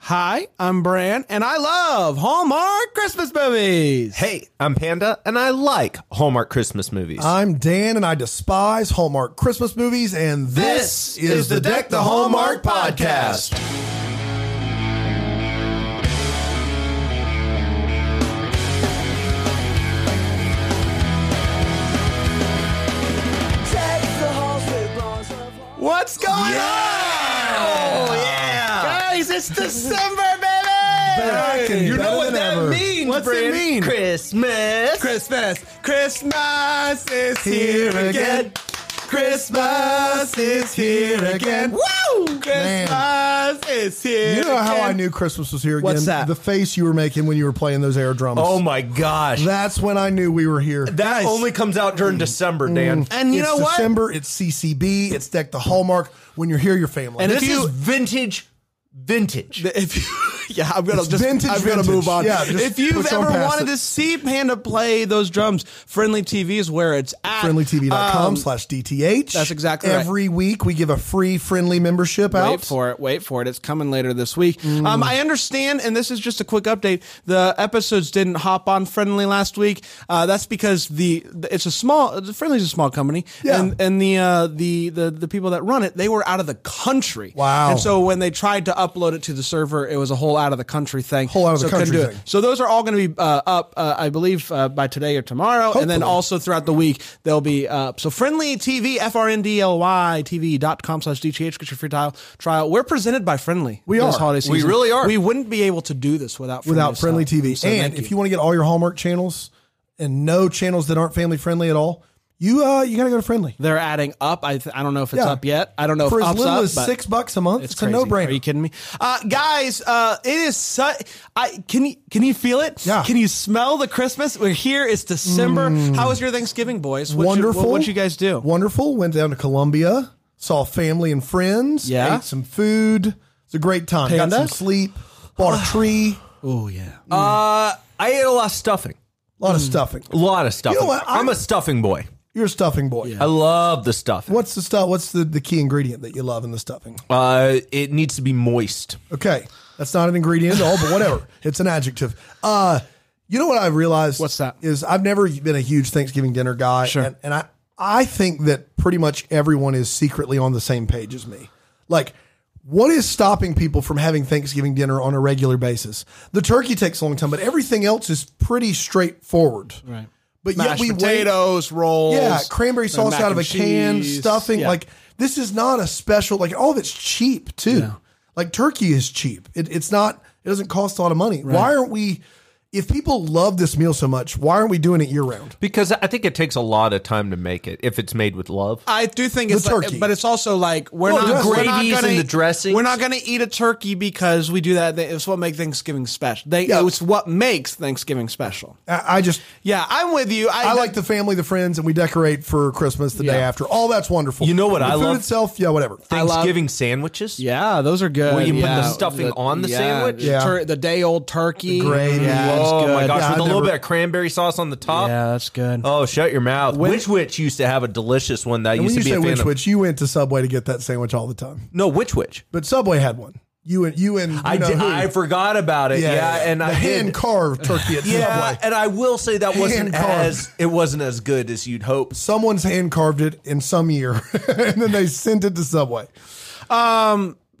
Hi, I'm Bran, and I love Hallmark Christmas movies. Hey, I'm Panda, and I like Hallmark Christmas movies. I'm Dan, and I despise Hallmark Christmas movies. And this, is, the Deck the Hallmark podcast. What's going on? Oh, Guys, it's December, baby! Back and you know better what than that ever. means, What's Bran? it mean? Christmas. Christmas. Christmas is here again. Christmas is here again. Woo! Christmas is here You know how I again. knew Christmas was here again? What's that? The face you were making when you were playing those air drums. Oh my gosh. That, That's when I knew we were here. Guys. only comes out during Mm. December, Dan. And you it's know what? December, it's CCB, it's Deck the Hallmark. When you're here, you're family. And this if you- is vintage, vintage. if you, yeah, I'm gonna It's just vintage, I'm gonna vintage. move on. Yeah, just if you've push on ever past wanted it. to see Panda play those drums, Friendly TV is where it's at. friendlytv.com Um, slash DTH. that's exactly right. Every week we give a free friendly membership out. Wait for it. Wait for it. It's coming later this week. Um, I understand, and this is just a quick update. The episodes didn't hop on Friendly last week. Uh, that's because the it's a small Friendly's a small company, Yeah. and and the uh, the the the people that run it they were out of the country. Wow. And so when they tried to upload it to the server, it was a whole out of the country thing. Whole out of the So couldn't country do it. thing. So those are all going to be uh, up, uh, I believe, uh, by today or tomorrow, and then Hopefully. also throughout the week they'll be up. So friendly TV, F R N D L Y TV dot com slash DTH. Get your free trial. Trial. We're presented by Friendly. We this are. Holiday season. We really are. We wouldn't be able to do this without friendly without friendly stuff. TV. So and thank if you want to get all your Hallmark channels and no channels that aren't family friendly at all, you uh you got to go to friendly. they're adding up. I th- I don't know if it's Yeah. up yet. I don't know For if as up's little up, as but- six bucks a month, it's, a crazy. Are no you brainer. kidding me, uh, guys? Uh, it is. Su- I can you can you feel it? Yeah. Mm. Can you smell the Christmas? We're here. It's December. How was your Thanksgiving, boys? What'd you- Wonderful. what would you guys do? Wonderful. Went down to Columbia, saw family and friends. Yeah. ate some food. It's a great time. Panda? Got some sleep. Bought a tree. Oh yeah. Uh, I ate a lot of stuffing. A lot of Hmm. stuffing. A lot of stuffing. what? I'm, I'm- a stuffing boy. You're a stuffing boy. I love the stuffing. What's the stuff? What's the, the key ingredient that you love in the stuffing? Uh, it needs to be moist. Okay, that's not an ingredient at all, but whatever. it's an adjective. Uh, you know what I realized? What's that? Is I've never been a huge Thanksgiving dinner guy, Sure. and, and I I think that pretty much everyone is secretly on the same page as me. Like, what is stopping people from having Thanksgiving dinner on a regular basis? The turkey takes a long time, but everything else is pretty straightforward. Right. But Mashed yet we wait. potatoes, rolls. Yeah, cranberry and sauce mac out of a and can, cheese. stuffing. Yeah. Like this is not a special. Like all of it's cheap too. Like turkey is cheap. It, it's not. It doesn't cost a lot of money. Why aren't we? If people love this meal so much, why aren't we doing it year round? Because I think it takes a lot of time to make it if it's made with love. I do think it's The like- turkey. but it's also like we're Well, not the we're not gravies gonna, and the dressings. We're not going to eat a turkey because we do that. It's what makes Thanksgiving special. They, Yeah. It's what makes Thanksgiving special. I, I just. Yeah, I'm with you. I, I like the family, the friends, and we decorate for Christmas the day Yeah. after. All that's wonderful. You know what the I food love? itself, yeah, whatever. I love- Thanksgiving sandwiches. Yeah, those are good. Where you put the yeah. stuffing on the sandwich? Yeah. Tur- the day old turkey. Mm-hmm. gravy. Yeah, that's Oh my good. gosh, Yeah, with I've a little never- bit of cranberry sauce on the top. Yeah, that's good. Oh, shut your mouth. Witch Witch used to have a delicious one that And when used you to be say a fan which of. which, you went to Subway to get that sandwich all the time, No, Witch Witch. but Subway had one. You and you and you I know did, who. I forgot about it. Yeah, and the I did. hand carved turkey at Yeah, Subway. and I will say that wasn't Hand-carved. as it wasn't as good as you'd hope. someone's hand carved it in some year and then they sent it to Subway.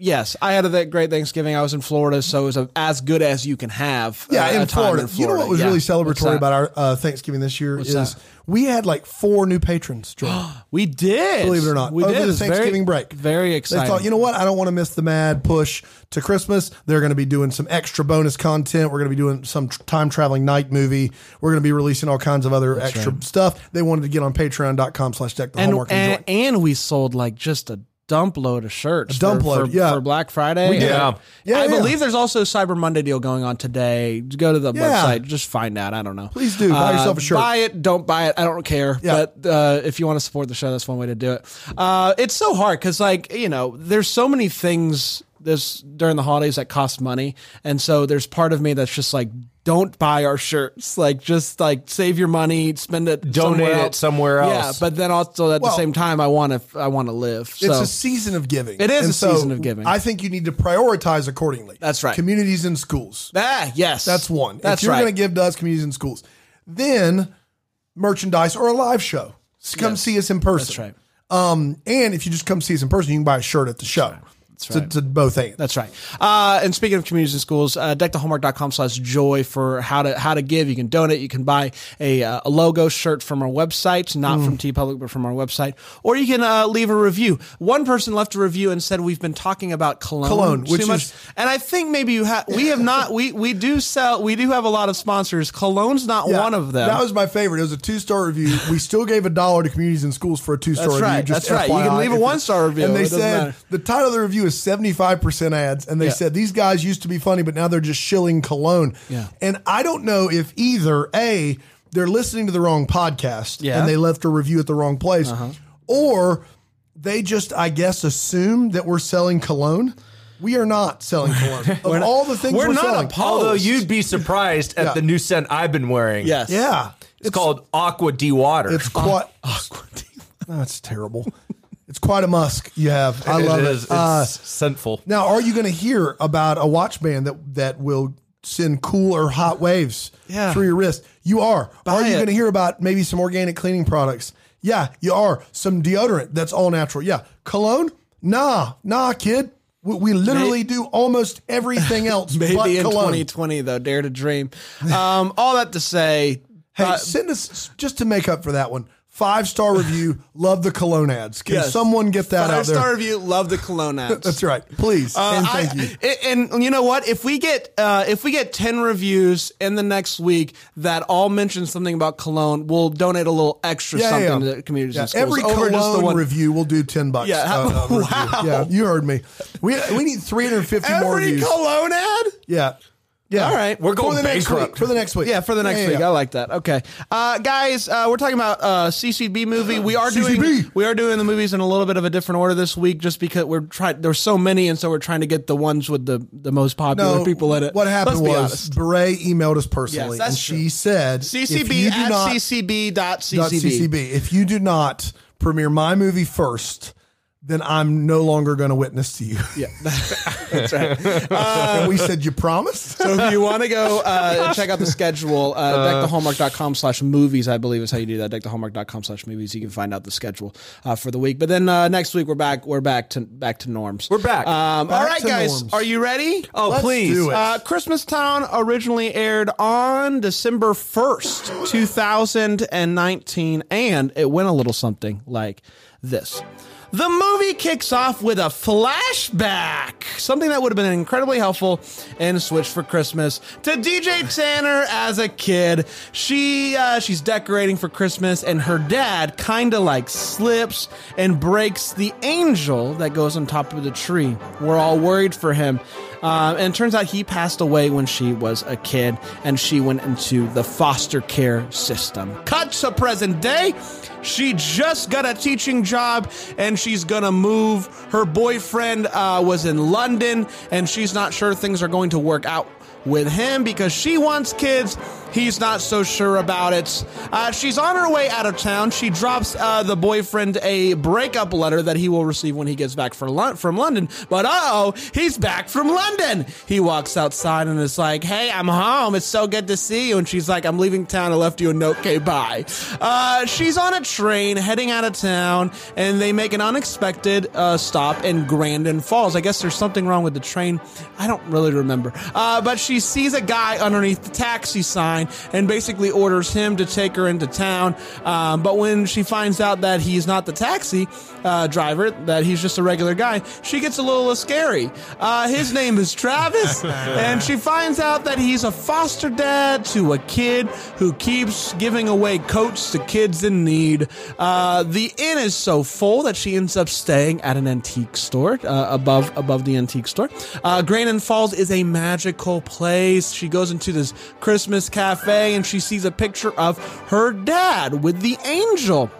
Yes, I had a th- great Thanksgiving. I was in Florida, so it was a, as good as you can have. Yeah, uh, in, a time Florida. in You know what was Yeah. really What's that? celebratory about our uh, Thanksgiving this year is that? we had like four new patrons join. We did. believe it or not, We over did. It the was very- Thanksgiving break. Very exciting. They thought, you know what? I don't want to miss the mad push to Christmas. They're going to be doing some extra bonus content. We're going to be doing some tr- time traveling night movie. We're going to be releasing all kinds of other extra stuff. They wanted to get on patreon.com slash deck the and, hallmark and and, join. and we sold like just a dump load of shirts. A dump for, load, for, yeah. for Black Friday. We did. And Yeah, I yeah. believe there's also a Cyber Monday deal going on today. Go to the Yeah. website, just find out. I don't know. Uh, Please do. Buy yourself a shirt. Buy it, don't buy it. I don't care. Yeah. But uh, if you want to support the show, that's one way to do it. Uh, it's so hard because, like, you know, there's so many things this during the holidays that cost money, and so there's part of me that's just like. don't buy our shirts. Like, just like save your money, spend it, Donate somewhere it else. somewhere Yeah, else. but then also at Well, the same time, I want to, I want to live. So It's a season of giving. It is a season of giving. I think you need to prioritize accordingly. That's right. Communities and schools. ah, yes, That's one. That's if you're right. going to give to us communities and schools, then merchandise or a live show. S- Come Yes. see us in person. That's right. Um, and if you just come see us in person, you can buy a shirt at the show. That's right. To, to both ends. That's right. Uh, and speaking of communities and schools, uh, deckthehomework.com slash joy for how to how to give. You can donate. You can buy a, uh, a logo shirt from our website, not from Mm. T Public, but from our website. Or you can uh, leave a review. One person left a review and said we've been talking about cologne, Cologne, too which much. is- and I think maybe you have. We have not. We we do sell. We do have a lot of sponsors. Cologne's not Yeah, one of them. That was my favorite. It was a two star review. We still gave a dollar to communities and schools for a two star That's review. right, just that's right. You can FYI. leave a If it- one-star review, And they it doesn't said matter. the title of the review is seventy five percent ads, and they Yeah. said these guys used to be funny, but now they're just shilling cologne. Yeah. And I don't know if either a they're listening to the wrong podcast Yeah. Uh-huh. and they left a review at the wrong place, or they just I guess assume that we're selling cologne. We are not selling cologne. of all the things we're we're, not a selling, po- Although you'd be surprised at Yeah. the new scent I've been wearing. yes. Oh, yeah, It's, called Aqua D Water. It's quite. That's terrible. It's quite a musk you have. I love it. is, It's Uh, scentful. now, are you going to hear about a watch band that that will send cool or hot waves Yeah. through your wrist? You are. are you it. going to hear about maybe some organic cleaning products? Yeah, you are. Some deodorant that's all natural. Yeah, cologne? Nah, nah, kid. We, we literally do almost everything else but Maybe in cologne. 2020 though, dare to dream. Um, all that to say, Hey, uh, send us just to make up for that one. Five star review. Love the cologne ads. Can Yes. someone get that out Five there? star review. Love the cologne apps. That's right. Please and Uh, thank I- you. a- And, you know what? If we get uh, if we get ten reviews in the next week that all mention something about cologne, we'll donate a little extra Yeah, something yeah. to the communities Yeah, and schools. every over cologne just the one. review will do ten bucks. Yeah, how- uh, uh, review. wow. Yeah, you heard me. We we need three hundred fifty more every reviews. cologne ad. yeah, yeah. All right. We're going for the next bankrupt. week. For the next week. Yeah, for the next Yeah, week. yeah. I like that. Okay, uh, guys, uh, we're talking about uh, CCB movie. We are doing CCB. we are doing the movies in a little bit of a different order this week, just because we're trying. There's so many, and so we're trying to get the ones with the the most popular No, people in it. What happened Let's be was honest. Beret emailed us personally, Yes, that's and true. she said, if CCB you do at not, CCB dot dot CCB. CCB, if you do not premiere my movie first, then I'm no longer going to witness to you." Yeah, that's right. and we said, "You promised." So if you want to go uh, check out the schedule, uh, deckthehomework.com slash movies, I believe is how you do that. Deckthehomework.com slash movies. You can find out the schedule uh, for the week. But then uh, next week we're back. We're back to back to norms. We're back. Um, all Back right, to guys, norms. are you ready? oh, let's please. do it. Uh, Christmas Town originally aired on December 1st, 2019, and it went a little something like this. The movie kicks off with a flashback, something that would have been incredibly helpful in Switch for Christmas to DJ Tanner as a kid. She uh, she's decorating for Christmas, and her dad kind of like slips and breaks the angel that goes on top of the tree. We're all worried for him. Um, and it turns out he passed away when she was a kid, and she went into the foster care system. Cut to present day. She just got a teaching job, and she's gonna move. Her boyfriend uh, was in London, and she's not sure things are going to work out with him because she wants kids. He's not so sure about it. Uh, she's on her way out of town. She drops uh, the boyfriend a breakup letter that he will receive when he gets back for Lon- from London. But uh oh, he's back from London. He walks outside and is like, "Hey, I'm home. It's so good to see you." And she's like, "I'm leaving town. I left you a note. Okay, bye." Uh, she's on a train heading out of town, and they make an unexpected uh, stop in Grandin Falls. I guess there's something wrong with the train. I don't really remember. Uh, but she sees a guy underneath the taxi sign and basically orders him to take her into town. Um, but when she finds out that he's not the taxi uh, driver, that he's just a regular guy, she gets a little scary. Uh, his name is Travis, and she finds out that he's a foster dad to a kid who keeps giving away coats to kids in need. Uh, the inn is so full that she ends up staying at an antique store uh, above above the antique store. Uh, Grandin Falls is a magical place. She goes into this Christmas cafe and she sees a picture of her dad with the angel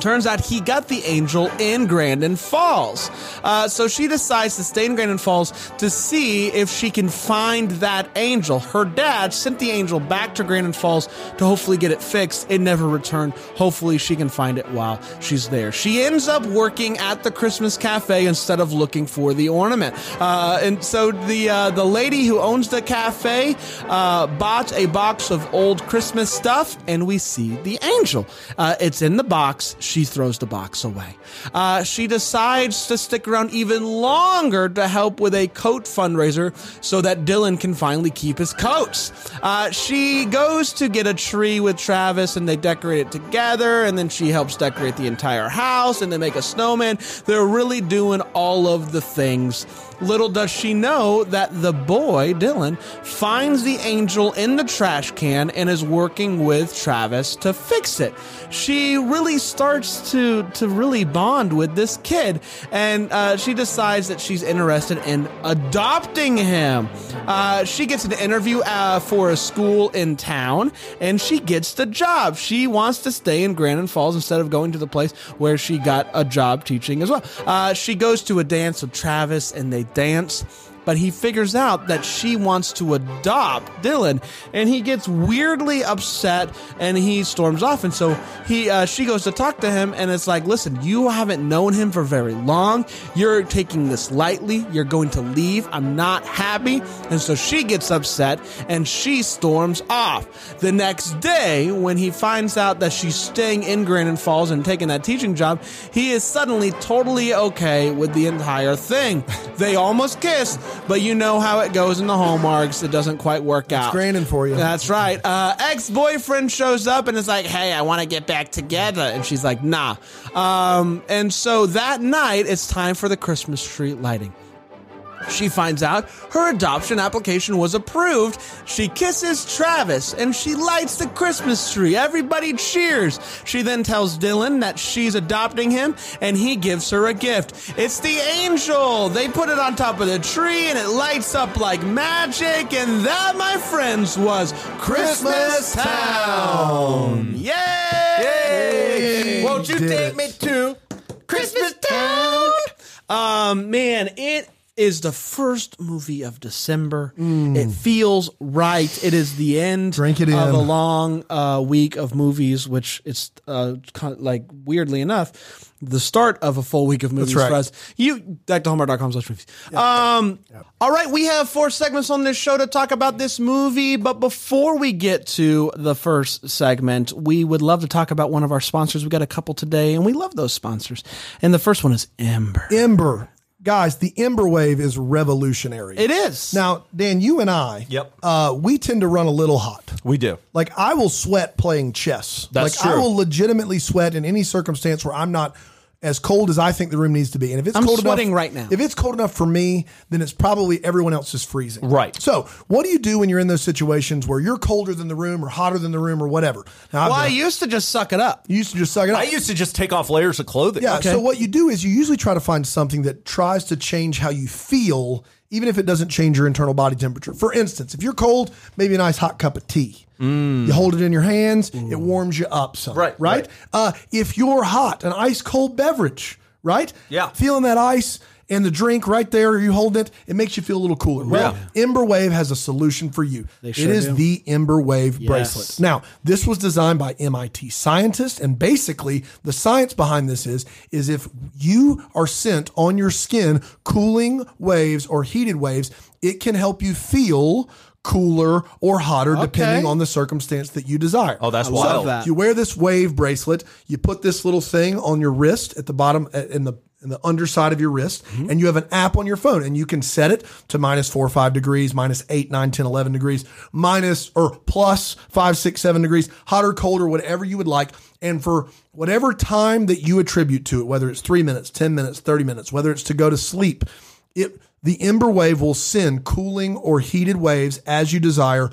Turns out he got the angel in Grandin Falls. Uh, so she decides to stay in Grandin Falls to see if she can find that angel. Her dad sent the angel back to Grandin Falls to hopefully get it fixed. It never returned. Hopefully she can find it while she's there. She ends up working at the Christmas cafe instead of looking for the ornament. Uh, and so the uh, the lady who owns the cafe uh, bought a box of old Christmas stuff, and we see the angel. Uh, it's in the box. She throws the box away. Uh, she decides to stick around even longer to help with a coat fundraiser so that Dylan can finally keep his coats. Uh, she goes to get a tree with Travis, and they decorate it together, and then she helps decorate the entire house, and they make a snowman. They're really doing all of the things. Little does she know that the boy, Dylan, finds the angel in the trash can and is working with Travis to fix it. She really starts to, to really bond with this kid, and uh, she decides that she's interested in adopting him. Uh, she gets an interview uh, for a school in town, and she gets the job. She wants to stay in Grandin Falls instead of going to the place where she got a job teaching as well. Uh, she goes to a dance with Travis and they dance. But he figures out that she wants to adopt Dylan, and he gets weirdly upset, and he storms off. And so he, uh, she goes to talk to him, and it's like, "Listen, you haven't known him for very long. You're taking this lightly. You're going to leave. I'm not happy." And so she gets upset, and she storms off. The next day, when he finds out that she's staying in Granite Falls and taking that teaching job, he is suddenly totally okay with the entire thing. They almost kiss, but you know how it goes in the hallmarks. It doesn't quite work out. Grandin for you. That's right. Uh, Ex boyfriend shows up and is like, hey, I want to get back together. And she's like, nah. Um, and so that night, it's time for the Christmas tree lighting. She finds out her adoption application was approved. She kisses Travis and she lights the Christmas tree. Everybody cheers. She then tells Dylan that she's adopting him and he gives her a gift. It's the angel. They put it on top of the tree and it lights up like magic. And that, my friends, was Christmas Christmas Town. Yay! Yay! Won't you Did take it. me to Christmas Town? Um, man, it is the first movie of December. It feels right. It is the end Mm. Drink it of in. a long uh, week of movies, which it's uh, kind of, like weirdly enough, the start of a full week of movies right. for us. You back to Hallmark.com slash movies. Um, all right, we have four segments on this show to talk about this movie, but before we get to the first segment, we would love to talk about one of our sponsors. We got a couple today, and we love those sponsors. And the first one is Ember. Ember. Guys, the Ember wave is revolutionary. It is. Now, Dan, you and I, Yep. uh, we tend to run a little hot. We do. Like I will sweat playing chess. That's like I true. will legitimately sweat in any circumstance where I'm not as cold as I think the room needs to be. And if it's I'm cold sweating enough, right now. If it's cold enough for me, then it's probably everyone else is freezing. Right. So what do you do when you're in those situations where you're colder than the room or hotter than the room or whatever? Now, I've well, I done- used to just suck it up. you used to just suck it up. I used to just take off layers of clothing. Yeah. Okay. So what you do is you usually try to find something that tries to change how you feel, even if it doesn't change your internal body temperature. For instance, if you're cold, maybe a nice hot cup of tea. You hold it in your hands, it warms you up some. Right, Right. right. Uh, if you're hot, an ice cold beverage. Right. Yeah. Feeling that ice. And the drink right there, you hold it, it makes you feel a little cooler. Well, Ember Wave has a solution for you. sure it is do. the Ember Wave bracelet. Now, this was designed by MIT scientists, and basically, the science behind this is is if you are sent on your skin cooling waves or heated waves, it can help you feel cooler or hotter depending on the circumstance that you desire. Oh, that's I wild. love that. You wear this wave bracelet. You put this little thing on your wrist at the bottom, uh, in the in the underside of your wrist, Mm-hmm. and you have an app on your phone, and you can set it to minus four, five degrees, minus eight, nine, 10, 11 degrees, minus or plus five, six, seven degrees, hot or cold or whatever you would like. And for whatever time that you attribute to it, whether it's three minutes, 10 minutes, 30 minutes, whether it's to go to sleep, it the ember wave will send cooling or heated waves as you desire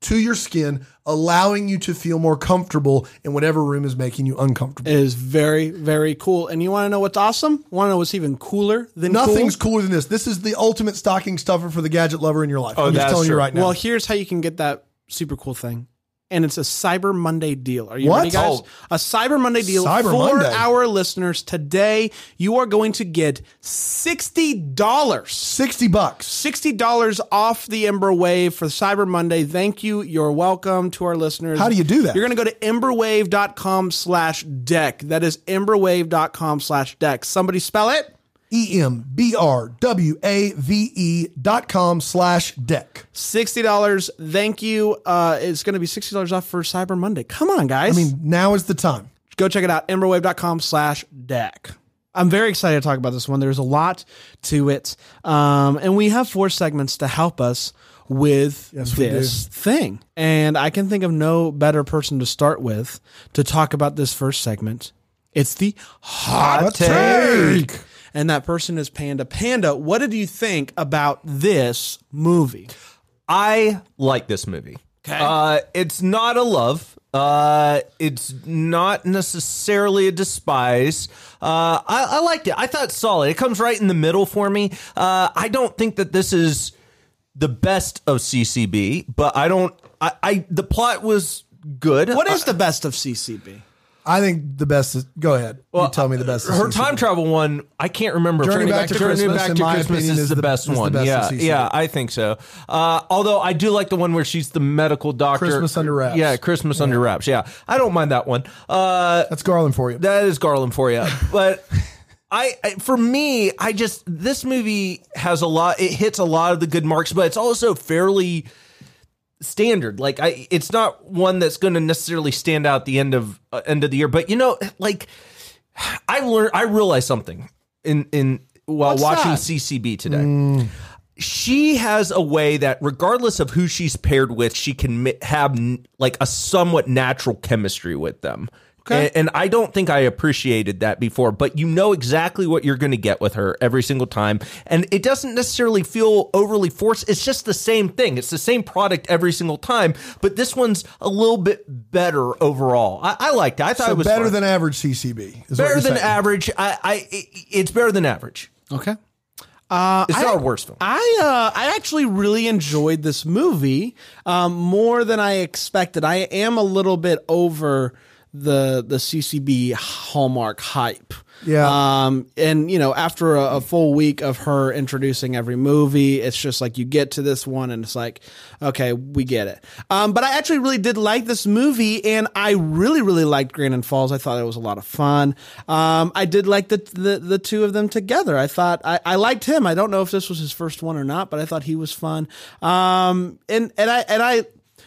to your skin, allowing you to feel more comfortable in whatever room is making you uncomfortable. It is very, very cool. And you want to know what's awesome? Want to know what's even cooler than Nothing's cool? cooler than this. This is the ultimate stocking stuffer for the gadget lover in your life. Oh, I'm just that's telling you true. right now. Well, here's how you can get that super cool thing. and it's a Cyber Monday deal. Are you What? ready, guys? Oh. A Cyber Monday deal Cyber for Monday. our listeners today. You are going to get sixty dollars. 60 bucks. $60 off the Ember Wave for Cyber Monday. Thank you. You're welcome to our listeners. How do you do that? You're going to go to emberwave.com slash deck. That is emberwave.com slash deck. Somebody spell it. E M B R W A V E dot com slash deck. $60. Thank you. Uh, it's going to be $60 off for Cyber Monday. Come on, guys. I mean, now is the time. go check it out emberwave.com slash deck i'm very excited to talk about this one there's a lot to it um, and we have four segments to help us with we this thing and i can think of no better person to start with to talk about this first segment it's the hot take. take. and that person is panda panda what did you think about this movie I like this movie. Uh, it's not a love. Uh, it's not necessarily a despise. Uh, I, I liked it. I thought solid. It comes right in the middle for me. Uh, I don't think that this is the best of CCB, but I don't. I, I the plot was good. what is the best of ccb I think the best is, go ahead. you tell me the best is her time travel one, I can't remember. Journey Back to Christmas, in my opinion, is the best is the one. best yeah, of CCB. yeah, I think so. Uh, although I do like the one where she's the medical doctor. Christmas Under Wraps. Yeah, Christmas under wraps. Yeah, I don't mind that one. Uh, That's Garland for you. that is Garland for you. But I, I, for me, I just this movie has a lot. It hits a lot of the good marks, but it's also fairly standard. Like I, it's not one that's going to necessarily stand out the end of uh, end of the year. But you know, like I learned, I realized something in in while watching that? CCB today. She has a way that, regardless of who she's paired with, she can mi- have n- like a somewhat natural chemistry with them. Okay. And, and I don't think I appreciated that before, but you know exactly what you're going to get with her every single time. And it doesn't necessarily feel overly forced. It's just the same thing. It's the same product every single time, but this one's a little bit better overall. I, I liked it. I thought So it was better fun. than average CCB. Is better what than you're saying. average. I, I, it- it's better than average. okay Uh, It's not our worst film. I uh, I actually really enjoyed this movie um, more than I expected. I am a little bit over the the CCB hallmark hype. Yeah. Um, and you know, after a, a full week of her introducing every movie, it's just like you get to this one and it's like, okay, we get it. Um, but I actually really did like this movie, and I really really liked Grand and Falls. I thought it was a lot of fun. Um, I did like the, the the two of them together. I thought I, I liked him. I don't know if this was his first one or not, but I thought he was fun. Um, and and I and I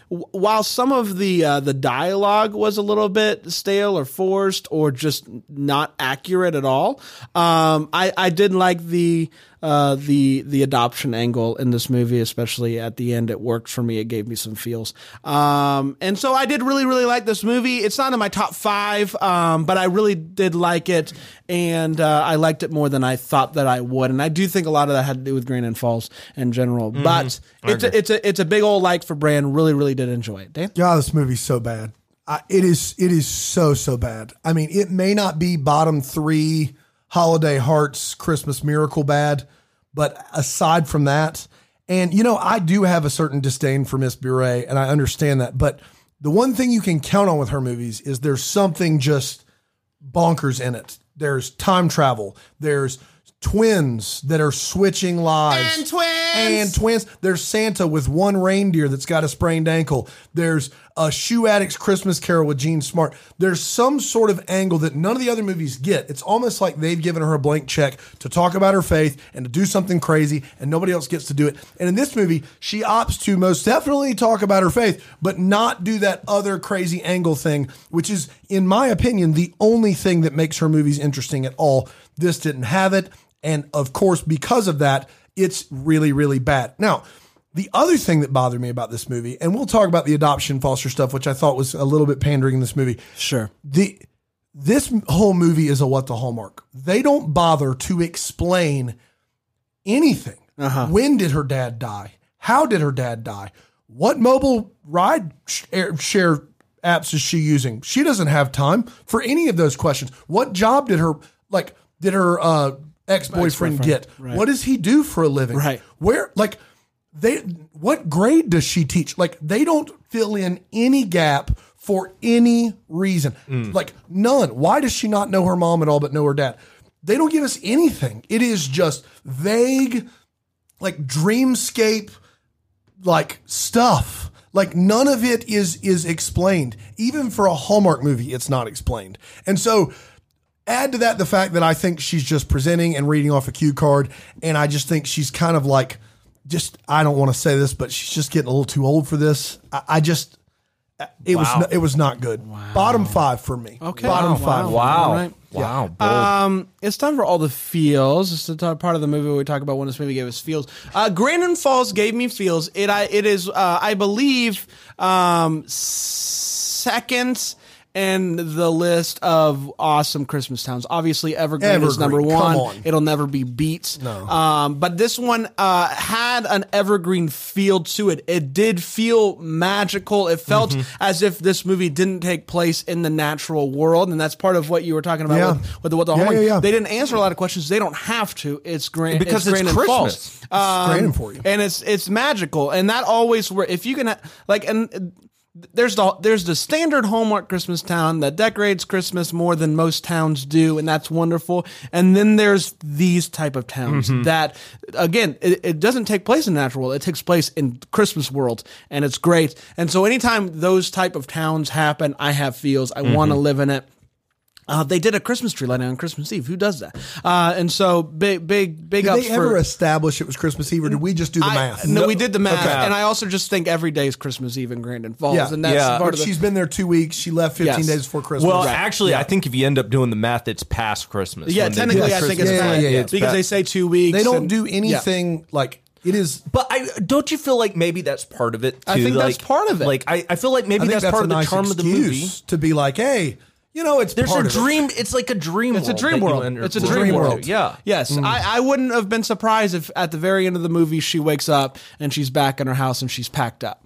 w- while some of the uh, the dialogue was a little bit stale or forced or just not accurate at all, um, I I did like the uh, the the adoption angle in this movie, especially at the end. It worked for me. It gave me some feels, um, and so I did really really like this movie. It's not in my top five, um, but I really did like it, and uh, I liked it more than I thought that I would. And I do think a lot of that had to do with Grand and Falls in general, but it's a, it's a it's a big old like for Brand. Really, really did enjoy it. Dan, God, this movie's so bad. I, it is. It is so so bad. I mean, it may not be bottom three holiday hearts Christmas miracle bad, but aside from that, and you know, I do have a certain disdain for Miss Bure, and I understand that. But the one thing you can count on with her movies is there's something just bonkers in it. There's time travel. There's twins that are switching lives. And twins! And twins. There's Santa with one reindeer that's got a sprained ankle. There's a shoe addict's Christmas Carol with Gene Smart. There's some sort of angle that none of the other movies get. It's almost like they've given her a blank check to talk about her faith and to do something crazy, and nobody else gets to do it. And in this movie, she opts to most definitely talk about her faith, but not do that other crazy angle thing, which is, in my opinion, the only thing that makes her movies interesting at all. This didn't have it. And of course, because of that, it's really, really bad. Now, the other thing that bothered me about this movie, and we'll talk about the adoption foster stuff, which I thought was a little bit pandering in this movie. sure. The this whole movie is a what the hallmark. They don't bother to explain anything. When did her dad die? How did her dad die? What mobile ride sh- air- share apps is she using? She doesn't have time for any of those questions. What job did her like? Did her uh, ex boyfriend get? What does he do for a living? Right. Where like they what grade does she teach? Like they don't fill in any gap for any reason. Like none. Why does she not know her mom at all but know her dad? They don't give us anything. It is just vague like dreamscape like stuff. Like none of it is is explained. Even for a Hallmark movie, it's not explained. And so add to that the fact that I think she's just presenting and reading off a cue card, and I just think she's kind of like, just I don't want to say this, but she's just getting a little too old for this. I, I just it was no, it was not good. Bottom five for me. Okay. Oh, bottom five. Oh, Wow. Alright. Wow. Um, it's time for all the feels. It's the t- part of the movie where we talk about when this movie gave us feels. Uh, Grandin Falls gave me feels. It I it is uh, I believe um, second in the list of awesome Christmas towns. Obviously, Evergreen, is Evergreen, number come one. on. It'll never be beat. No. Um, but this one uh, had an Evergreen feel to it. It did feel magical. It felt Mm-hmm. as if this movie didn't take place in the natural world, and that's part of what you were talking about Yeah. with, with the, what the Yeah, Hallmark- yeah, yeah. They didn't answer a lot of questions. They don't have to. It's grand Because it's grand and Christmas. false. Um, random for you. and it's it's magical. And that always where if you can ha- like and uh, there's the there's the standard Hallmark Christmas town that decorates Christmas more than most towns do, and that's wonderful. And then there's these type of towns Mm-hmm. that again it, it doesn't take place in the natural world; it takes place in Christmas world, and it's great. And so anytime those type of towns happen, I have feels. I want to Mm-hmm. live in it. Uh, they did a Christmas tree lighting on Christmas Eve. Who does that? Uh, and so big, big, big Did ups they ever for. establish it was Christmas Eve, or did we just do the I- math? no, we did the math, Okay. and I also just think every day is Christmas Eve in Grandin Falls, Yeah. and that's Yeah. part of the. She's been there two weeks. She left 15 Yes. days before Christmas. well, actually, I think if you end up doing the math, it's past Christmas. yeah, when they do technically, the I think it's Christmas Yeah, bad lighting. yeah, yeah. It's because bad. they say two weeks. they don't and- do Yeah. anything like it is. But I don't you feel like maybe that's part of it too? I think like, that's part of it. Like I, I feel like maybe I think that's, that's, part a of the nice charm of the movie. excuse to be like, hey, you know, it's There's part a of it. dream. It's like a dream. It's a dream world. It's a dream world. Yeah. Yes, Mm. I, I wouldn't have been surprised if at the very end of the movie she wakes up and she's back in her house and she's packed up.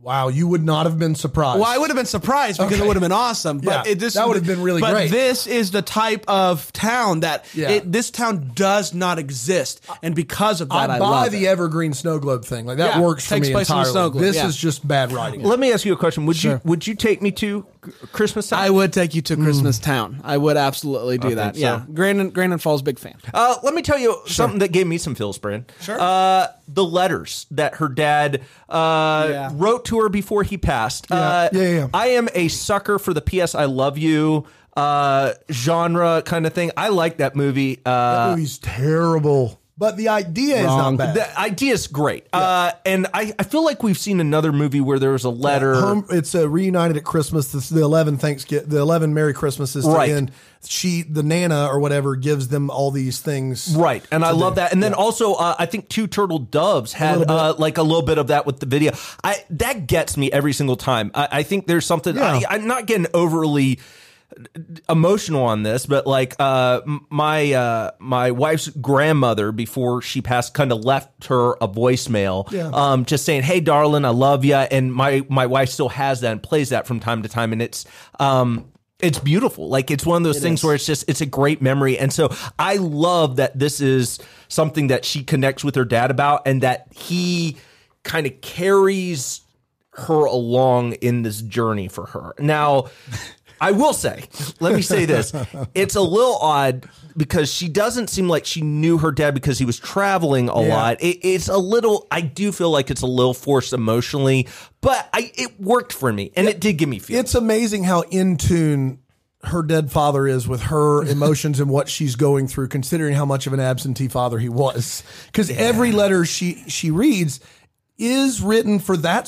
Wow, you would not have been surprised. Well, I would have been surprised because it Okay. would have been awesome. But Yeah, it, this that would have been really but great. this is the type of town that Yeah. it, this town does not exist, and because of that, I, I buy love the it. evergreen snow globe thing. Like that Yeah, works for takes me place in the entirely. snow globe, this yeah. is just bad writing. Let me ask you a question. Would you would you take me to Christmas I time? would take you to Christmas Town. I would absolutely do that. so. Yeah, Grandin, Grandin Falls, big fan. uh, let me tell you something that gave me some feels, Brand. Sure. Uh, the letters that her dad uh, Yeah. wrote to her before he passed. Uh, Yeah, yeah, yeah. I am a sucker for the P.S. I love you uh, genre kind of thing. I like that movie. Uh, that movie's terrible, but the idea is not bad. The idea is great, uh, and I, I feel like we've seen another movie where there was a letter. Home- it's a reunited at Christmas. This, the eleven Thanksgiving, the eleven Merry Christmases to Right. end. She, the nana or whatever, gives them all these things. Right, and I love that. And then also, uh, I think Two Turtle Doves had uh, like a little bit of that with the video. I that gets me every single time. I, I think there's something. Yeah. I, I'm not getting overly emotional on this, but like uh, m- my uh, my wife's grandmother before she passed, kind of left her a voicemail, Yeah. um, just saying, "Hey, darling, I love you." And my my wife still has that and plays that from time to time, and it's. Um, it's beautiful. Like it's one of those things where it's just it's a great memory. And so I love that this is something that she connects with her dad about and that he kind of carries her along in this journey for her. Now, I will say, let me say this. It's a little odd because she doesn't seem like she knew her dad because he was traveling a lot. It, it's a little, I do feel like it's a little forced emotionally, but I it worked for me and it did give me feels. It's amazing how in tune her dead father is with her emotions and what she's going through, considering how much of an absentee father he was. Because every letter she she reads is written for that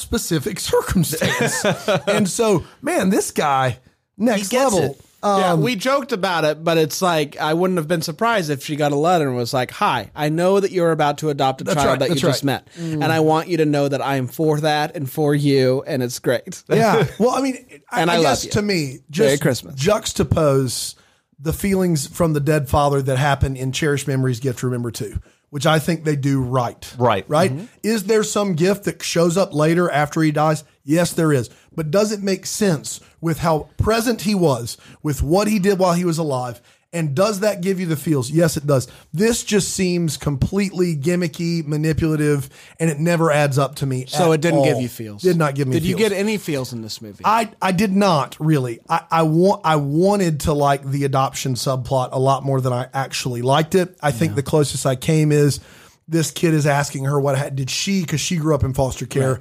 specific circumstance, and so man, this guy next gets level. it. Um, yeah, we joked about it, but it's like I wouldn't have been surprised if she got a letter and was like, "Hi, I know that you're about to adopt a child right, that you that's just right. Mm. met, and I want you to know that I am for that and for you, and it's great." yeah. Well, I mean, I, And I I, love guess you. to me, just Merry Christmas. juxtapose the feelings from the dead father that happen in Cherished Memories, Gift to Remember Too, which I think they do right. Right. Right. Mm-hmm. Is there some gift that shows up later after he dies? Yes, there is. But does it make sense with how present he was, with what he did while he was alive, And does that give you the feels? Yes, it does. This just seems completely gimmicky, manipulative, and it never adds up to me. So at it didn't all. give you feels. Did not give me. Did you feels. get any feels in this movie? I, I did not really. I, I want I wanted to like the adoption subplot a lot more than I actually liked it. I think the closest I came is this kid is asking her what ha- did she because she grew up in foster care.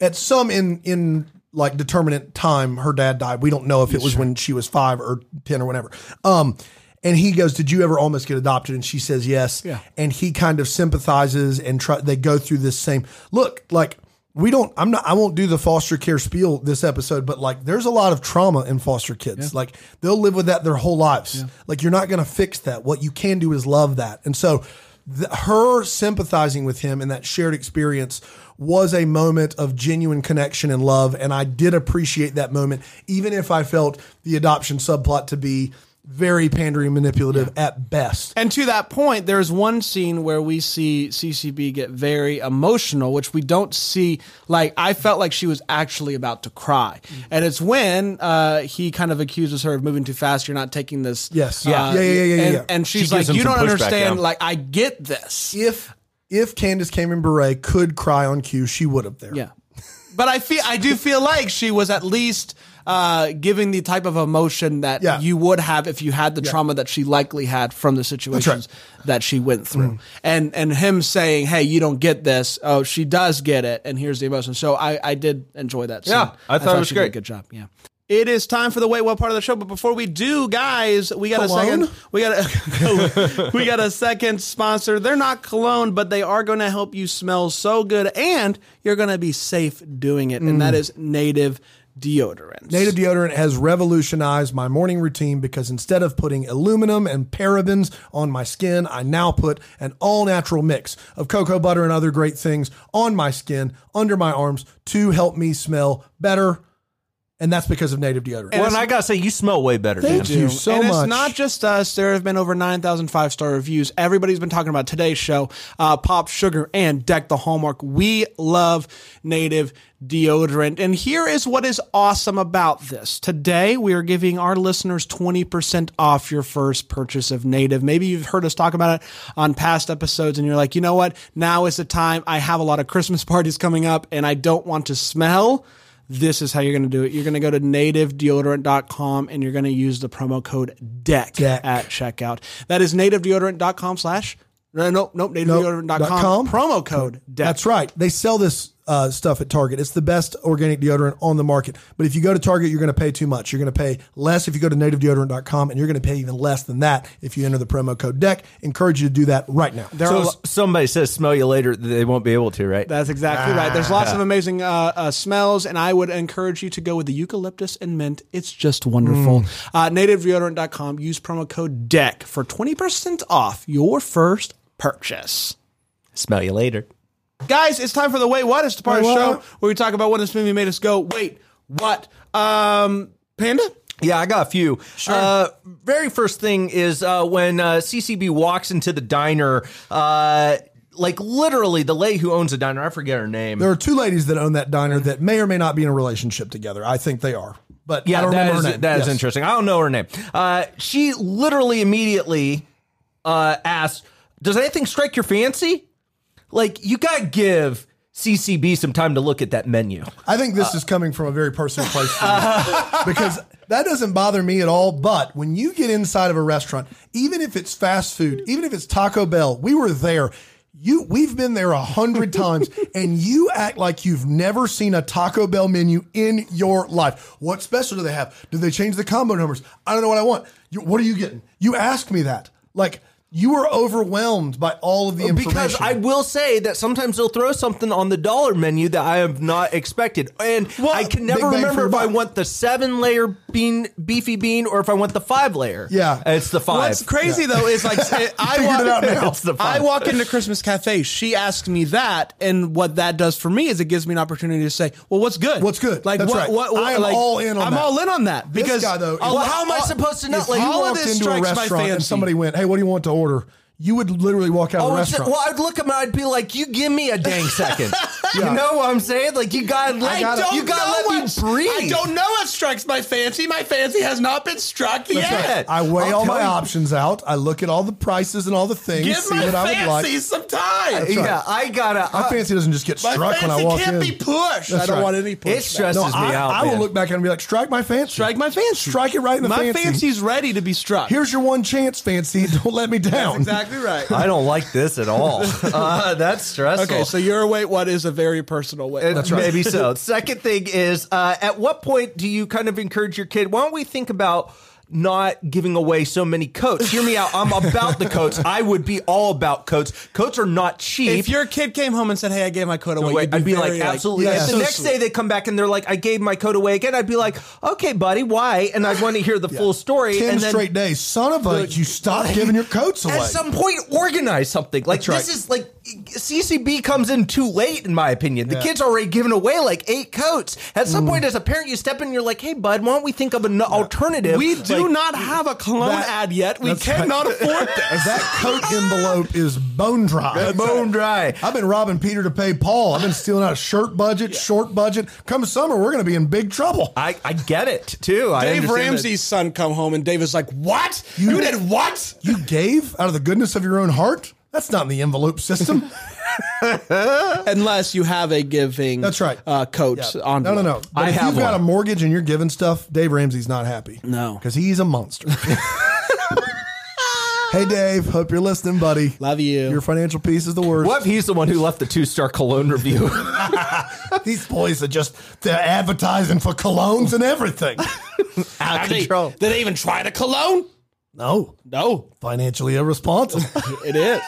At some in in like determinate time, her dad died. We don't know if it was when she was five or ten or whatever. Um, and he goes, "Did you ever almost get adopted?" And she says, "Yes." Yeah. And he kind of sympathizes and try. They go through this same look like we don't i'm not i won't do the foster care spiel this episode but like there's a lot of trauma in foster kids like they'll live with that their whole lives like you're not going to fix that what you can do is love that and so th- her sympathizing with him and that shared experience was a moment of genuine connection and love and i did appreciate that moment even if i felt the adoption subplot to be very pandering and manipulative at best And to that point, there's one scene where we see CCB get very emotional, which we don't see. Like, I felt like she was actually about to cry. And it's when uh, he kind of accuses her of moving too fast. You're not taking this. Yes. uh, Yeah. Yeah, yeah, yeah, yeah, and, yeah. and she's gives like, him you some don't pushback, understand. yeah. Like, I get this. if if candace cameron bure could cry on cue she would have there Yeah. But I feel I do feel like she was at least uh, giving the type of emotion that Yeah. you would have if you had the trauma that she likely had from the situations that she went through. Mm-hmm. And and him saying, "Hey, you don't get this. Oh, she does get it, and here's the emotion." So I I did enjoy that. Scene. Yeah, I thought it was she great. Did a good job. Yeah. It is time for the wait what part of the show, but before we do, guys, we got Cologne? a second. We got a we got a second sponsor. They're not cologne, but they are going to help you smell so good, and you're going to be safe doing it. And that is Native deodorants. Native deodorant has revolutionized my morning routine because instead of putting aluminum and parabens on my skin, I now put an all natural mix of cocoa butter and other great things on my skin, under my arms to help me smell better. And that's because of native deodorant. Well, and I gotta say, you smell way better. Dan. Thank you so and much. it's not just us. There have been over 9,000 five star reviews. Everybody's been talking about today's show, uh, Pop Sugar and Deck the Hallmark. We love native deodorant. And here is what is awesome about this. Today, we are giving our listeners 20% off your first purchase of native. Maybe you've heard us talk about it on past episodes and you're like, you know what? Now is the time. I have a lot of Christmas parties coming up and I don't want to smell this is how you're going to do it. You're going to go to nativedeodorant.com and you're going to use the promo code DECK, Deck. at checkout. That is nativedeodorant.com slash, no, no, nope, nativedeodorant.com, com. promo code DECK. That's right. They sell this uh, stuff at Target. It's the best organic deodorant on the market. But if you go to Target, you're going to pay too much. You're going to pay less if you go to nativedeodorant.com, and you're going to pay even less than that if you enter the promo code DECK. Encourage you to do that right now. So if somebody says smell you later, they won't be able to, right? That's exactly right. There's lots Ah. of amazing uh, uh, smells, and I would encourage you to go with the eucalyptus and mint. It's just Mm. wonderful. Uh, nativedeodorant.com. Use promo code DECK for 20% off your first purchase. smell you later. Guys, it's time for the Wait What. It's the part Wait, of the show what? where we talk about what this movie made us go, wait, what? Um, Panda? Yeah, I got a few. Uh, very first thing is uh, when uh, CCB walks into the diner. Uh, like literally, the lady who owns the diner, I forget her name. There are two ladies that own that diner that may or may not be in a relationship together. I think they are, but I Yeah, don't that remember is, her name. that is Yes. interesting. I don't know her name. Uh, she literally immediately uh, asked, "Does anything strike your fancy?" Like you gotta give CCB some time to look at that menu. I think this is coming from a very personal place for me, because that doesn't bother me at all. But when you get inside of a restaurant, even if it's fast food, even if it's Taco Bell, we were there. You, we've been there a hundred times, and you act like you've never seen a Taco Bell menu in your life. What special do they have? Do they change the combo numbers? I don't know what I want. You, what are you getting? You ask me that. Like you were overwhelmed by all of the information. Because I will say that sometimes they'll throw something on the dollar menu that I have not expected, and I can Big never Bang for remember if buck. I want the seven layer bean beefy bean or if I want the five layer. Yeah. it's the five. What's crazy though is like I Figured walk, it out now. It's the I fun. walk into Christmas Cafe. She asks me that, and what that does for me is it gives me an opportunity to say, "Well, what's good? What's good? Like That's what? right. What? what- I am like, all in on I'm that. all in on that This because guy, though, a is- lot- how am I supposed to if not? Like you all walked of this into a strikes my restaurant and fancy. and somebody went, "Hey, what do you want to order?" You would literally walk out of the Oh, it's- restaurant. well, I'd look at him and I'd be like, "You give me a dang second. You know what I'm saying? Like you gotta let I don't you gotta know let me what, breathe. I don't know what strikes my fancy. My fancy has not been struck yet. right. I weigh I'll all tell my you. options out. I look at all the prices and all the things. Give see my what I would like. fancy some time. right. Yeah, I gotta. uh, My I- fancy doesn't just get My struck when I fancy walk can't in. be pushed. That's I don't right. want any pushback. it stresses no, me I, out. I will man. look back and be like, strike my fancy. strike my fancy. Strike it right in the my fancy. fancy's ready to be struck. Here's your one chance, fancy. Don't let me down. exactly right. I don't like this at all. Uh, that's stressful. okay, so your wait what is a very personal wait. And What? Maybe so. Second thing is, uh, at what point do you kind of encourage your kid? Why don't we think about not giving away so many coats? Hear me out. I'm about the coats. I would be all about coats. Coats are not cheap. If your kid came home and said, "Hey, I gave my coat away," Wait, you'd be I'd be very, like, absolutely. yeah, And so the next sweet. day they come back and they're like, I gave my coat away again. I'd be like, okay, buddy, why? And I'd want to hear the full story. Ten and then straight days, son of a. You stop giving your coats away. at some point organize something. Like right. this is like CCB comes in too late, in my opinion. The kid's already given away like eight coats. At Mm. some point, as a parent, you step in, and you're like, "Hey, bud, why don't we think of an alternative?" We do Like, not have a cologne That- ad yet. We that's right. cannot afford this. that coat envelope is bone dry. bone dry. I've been robbing Peter to pay Paul. I've been stealing out of shirt budget, short budget. Come summer, we're going to be in big trouble. I, I get it too. I Dave understand Ramsey's son come home and Dave is like, "What? You, did what?" You gave out of the goodness of your own heart. That's not in the envelope system. Unless you have a giving, That's right. uh, coat on. No, no, no. But I if have you've got a one. mortgage and you're giving stuff, Dave Ramsey's not happy. No. because he's a monster. hey, Dave. Hope you're listening, buddy. Love you. Your financial piece is the that. worst. What if he's the one who left the two star cologne review? These boys are just they're advertising for colognes and everything. Out of Did they- control. Did they even try the cologne? no, No, financially irresponsible. it is.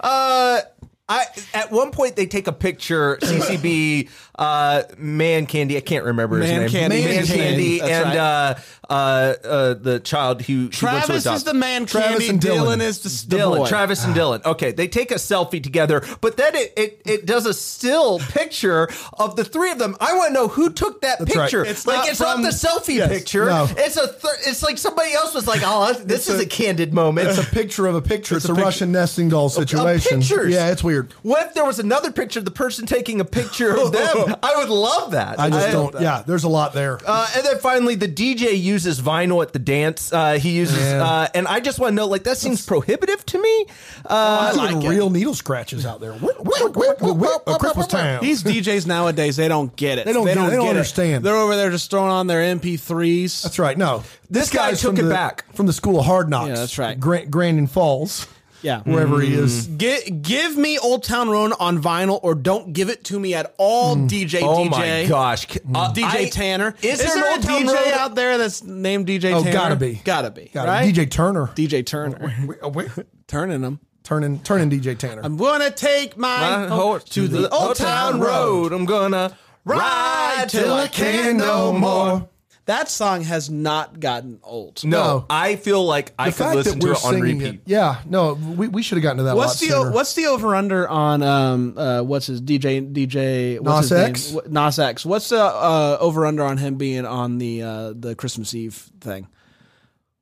Uh, I at one point they take a picture. CCB uh, man candy. I can't remember his Man name. Candy. Man, Man candy, Candy, that's and uh, uh, uh, the child who he went Travis to adopt. is the man Travis candy. and Dylan. Dylan. is the, the Dylan, boy. Ah. Travis and Dylan. Okay, they take a selfie together, but then it, it, it does a still picture of the three of them. I want to know who took that right. picture. It's like not it's from- not the selfie Yes. picture. No. It's a th- it's like somebody else was like, "Oh, this is a, candid moment." it's a picture of a picture. It's, a a, picture. Russian nesting doll situation. pictures. Yeah, it's weird. What if there was another picture of the person taking a picture of them? I would love that. I just love don't. that. Yeah, there's a lot there. Uh, and then finally, the DJ uses vinyl at the dance. Uh, he uses, Yeah. uh, and I just want to know, like, that seems prohibitive to me. Uh, I'm doing real needle scratches out there. Whip, whip, whip, whip, whip, a Christmas town. These DJs nowadays, they don't get it. They don't get it. They don't understand. They're over there just throwing on their MP3s. That's right. No, This guy guy's took from it the- back. from the school of hard knocks. Yeah, that's right. Grand, Grandin Falls, yeah. wherever he is. Mm. Gi- give me Old Town Road on vinyl, or don't give it to me at all, Mm. DJ. oh DJ. my gosh, Uh, DJ I- Tanner. Is, there, an old a town DJ road out there that's named DJ Oh, Tanner? gotta Oh, be. Gotta be. Got right? it. DJ Turner. DJ Turner. uh, Turning them. turning, turning DJ Tanner. I'm gonna take my, Uh, horse to the Old Town Road. I'm gonna Ride till I can no more. That song has not gotten old. No, No. I feel like I the could listen to it on repeat. yeah, no, we, we should have gotten to that. What's a the lot o- sooner. what's the over under on um uh what's his DJ DJ what's Nas his X? name? What- Nas X? What's the uh, over under on him being on the uh the Christmas Eve thing?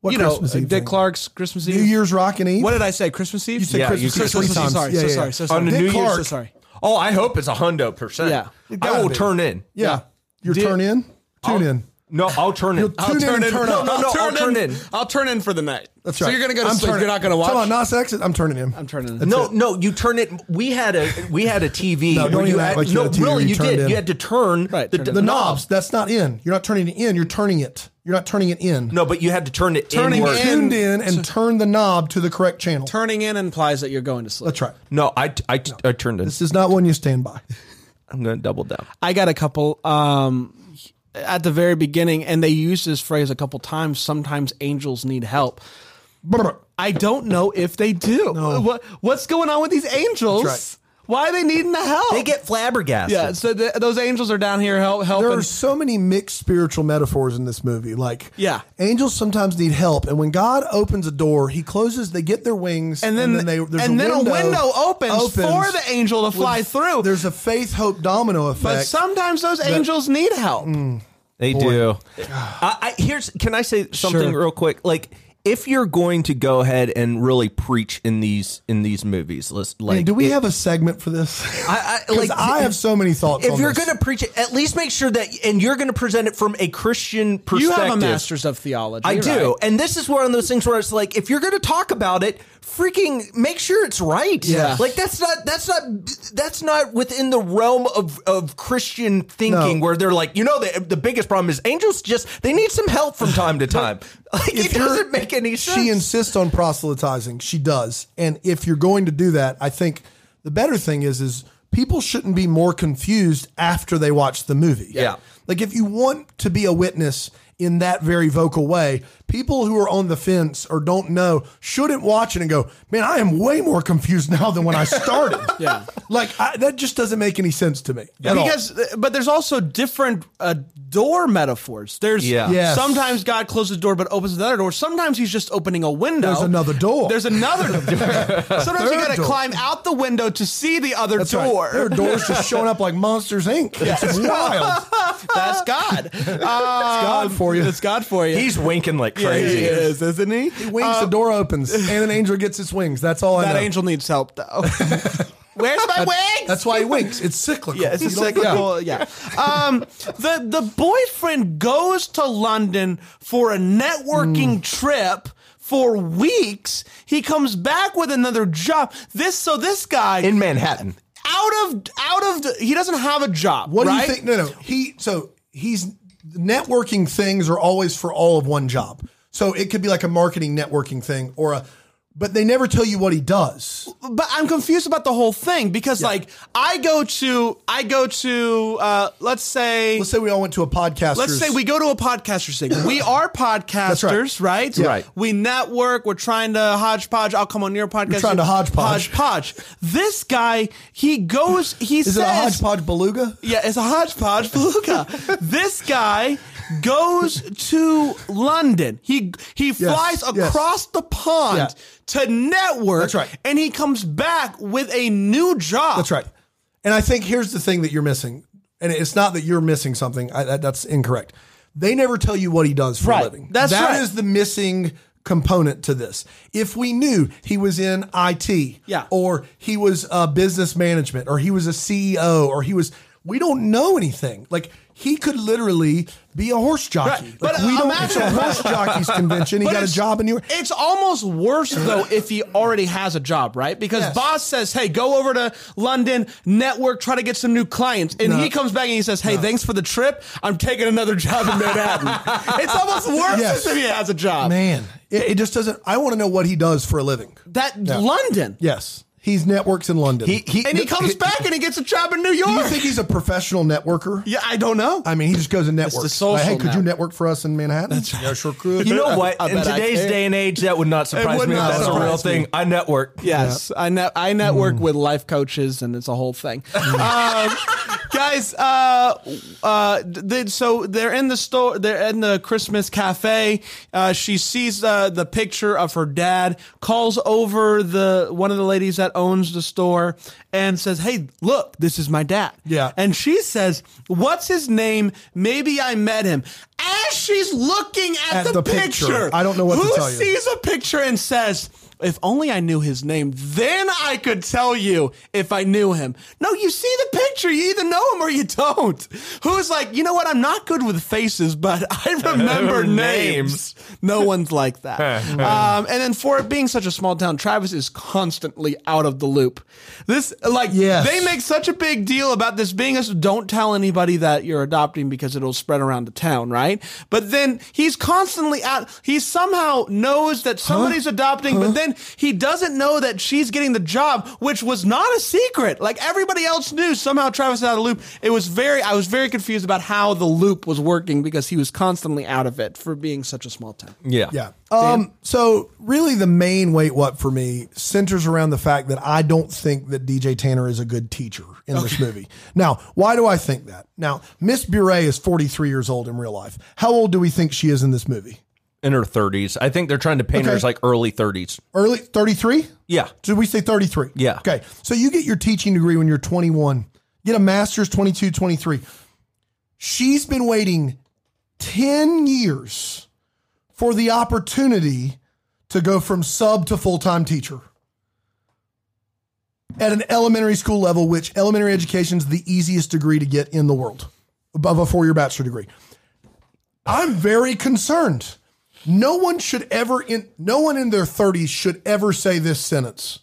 What you know, Christmas uh, Eve Dick thing? Clark's Christmas Eve. New Year's Rockin' Eve? What did I say? Christmas Eve. You said Yeah, Christmas you Eve said three Christmas Eve, times. Sorry, Yeah, so yeah. sorry, so sorry. On the Dick New Year's, Clark. So sorry. oh, I hope it's a hundo percent. Yeah. It I gotta will be. turn in. Yeah, your Did- turn in, tune in. No, I'll turn in. You'll tune in and turn no, up. no, no, I'll turn in. I'll turn in for the night. That's right. So you're gonna go to I'm sleep. turning- You're not gonna watch. Come on, Nas X. I'm turning him. I'm turning. In. No, no, you turn it. We had a we had a TV. No, don't where even act like you no, had a TV really, you you turned did. in. You had to turn Right, the, turn the, it. the knobs. knobs. That's not in. You're not turning it in. You're turning it. You're not turning it in. No, but you had to turn it Turning inward. in. tuned in and turn the knob to the correct channel. Turning in implies that you're going to sleep. That's right. No, I, I, I turned in. This is not one you stand by. I'm going to double down. I got a couple um, at the very beginning, and they used this phrase a couple times. Sometimes angels need help. Brr. I don't know if they do. What what's going on with these angels? That's Why are they needing the help? They get flabbergasted. yeah. So th- those angels are down here help There helping. are so many mixed spiritual metaphors in this movie. Like, Yeah. angels sometimes need help, and when God opens a door, He closes. They get their wings, And then- they, there's and then a window opens for the angel to with- fly through. There's a faith hope domino effect. but sometimes those angels need help. Mm. They do. I, I, here's can I say something Sure. real quick? Like if you're going to go ahead and really preach in these in these movies, let's like Do we have a segment for this? I, I, 'Cause like I have so many thoughts. if on you're this. going to preach it, at least make sure that and you're going to present it from a Christian You perspective. have a master's of theology. I right? do, and this is one of those things where it's like, if you're going to talk about it, freaking make sure it's right. Yeah. like that's not that's not that's not within the realm of of Christian thinking No. where they're like, you know, the the biggest problem is angels just they need some help from time to time. Like it if you're- doesn't make any sense. She insists on proselytizing. She does. And if you're going to do that, I think the better thing is is people shouldn't be more confused after they watch the movie. Yeah. Like if you want to be a witness in that very vocal way, people who are on the fence or don't know shouldn't watch it and go, "Man, I am way more confused now than when I started." Yeah. Like I, that just doesn't make any sense to me. at all. because uh, but there's also different uh, door metaphors there's Yeah. Yes. sometimes god closes a door but opens another door sometimes he's just opening a window There's another door. there's another door sometimes you Third gotta door. climb out the window to see the other That's right. door There are doors just showing up like Monsters Inc. It's wild. that's god Um, for you. it's god for you he's winking like Yeah, crazy. he is isn't he Uh, Wings, the door opens, and an angel gets its wings. That's all I that know. angel needs help though where's my wings That's why he winks. It's cyclical. Yeah, it's a You don't- cyclical. Yeah. Um, the the boyfriend goes to London for a Mm. networking trip for weeks. He comes back with another job. This so this guy in Manhattan. out of out of the, he doesn't have a job. What right? do you think? No, no. He so he's networking things are always for all of one job. So it could be like a marketing networking thing or a but they never tell you what he does. but I'm confused about the whole thing because like I go to I go to uh, let's say Let's say we all went to a podcast. Let's say we go to a podcaster's thing. We are podcasters, right? Yeah. Right. We network. We're trying to hodgepodge. I'll come on your podcast. You're trying to hodgepodge. Hodgepodge. This guy, he goes. He Is says, it a hodgepodge beluga? "Yeah, it's a hodgepodge, beluga." this guy goes to London. He he flies yes. across the pond to network. That's right. And he comes back with a new job. That's right. And I think here's the thing that you're missing. And it's not that you're missing something. I, that, that's incorrect. They never tell you what he does for Right. a living. That's That right. is the missing component to this. If we knew he was in IT, Yeah. or he was uh, business management, or he was a CEO, or he was, we don't know anything. Like he could literally be a horse jockey. Right. Like, But uh, we don't imagine- it's a horse jockeys convention. He But got a it's- job in New York. It's almost worse though if he already has a job, right? Because Yes. boss says, "Hey, go over to London, network, try to get some new clients," and he comes back and he says, "Hey, thanks for the trip. I'm taking another job in Manhattan." it's almost worse Yes. if he has a job. Man, it, it just doesn't. I want to know what he does for a living. That London, Yes. He's networks in London. and he comes back and he gets a job in New Do you York. think he's a professional networker? yeah, I don't know. I mean, he just goes and networks. the social Like, hey, could you network. network for us in Manhattan? Yeah, sure could. You know what? I In bet I today's care. day and age, that would not surprise would me. not if That's a real surprise me. thing. I network. Yes, I net I network Mm. with life coaches, and it's a whole thing. um, guys, uh, uh, th- so they're in the store. They're in the Christmas cafe. Uh, she sees uh, the picture of her dad. Calls over the one of the ladies that owns the store and says, "Hey, look, this is my dad." Yeah. and she says, "What's his name? Maybe I met him." As she's looking at, At the picture. I don't know what to who tell you. sees a picture and says, if only I knew his name, then I could tell you if I knew him. No, you see the picture. You either know him or you don't. Who's like, you know what? I'm not good with faces, but I remember names. No one's like that. um, and then for it being such a small town, Travis is constantly out of the loop. This, like, Yes. they make such a big deal about this being a don't tell anybody that you're adopting because it'll spread around the town, right? But then he's constantly out. He somehow knows that somebody's adopting, but then he doesn't know that she's getting the job, which was not a secret. Like everybody else knew. Somehow Travis is out of the loop. It was very, I was very confused about how the loop was working because he was constantly out of it for being such a small town. Yeah. Yeah. Um, so really the main wait what for me centers around the fact that I don't think that DJ Tanner is a good teacher in this movie. Now, why do I think that? Now, Miss Bure is 43 years old in real life. How old do we think she is in this movie? In her 30s. I think they're trying to paint her Okay. as like early 30s. Early 33? Yeah. Did we say 33? Yeah. Okay. So you get your teaching degree when you're 21. Get a master's 22, 23. She's been waiting 10 years for the opportunity to go from sub to full time teacher at an elementary school level, which elementary education is the easiest degree to get in the world above a four year bachelor degree. I'm very concerned. No one should ever in no one in their 30s should ever say this sentence.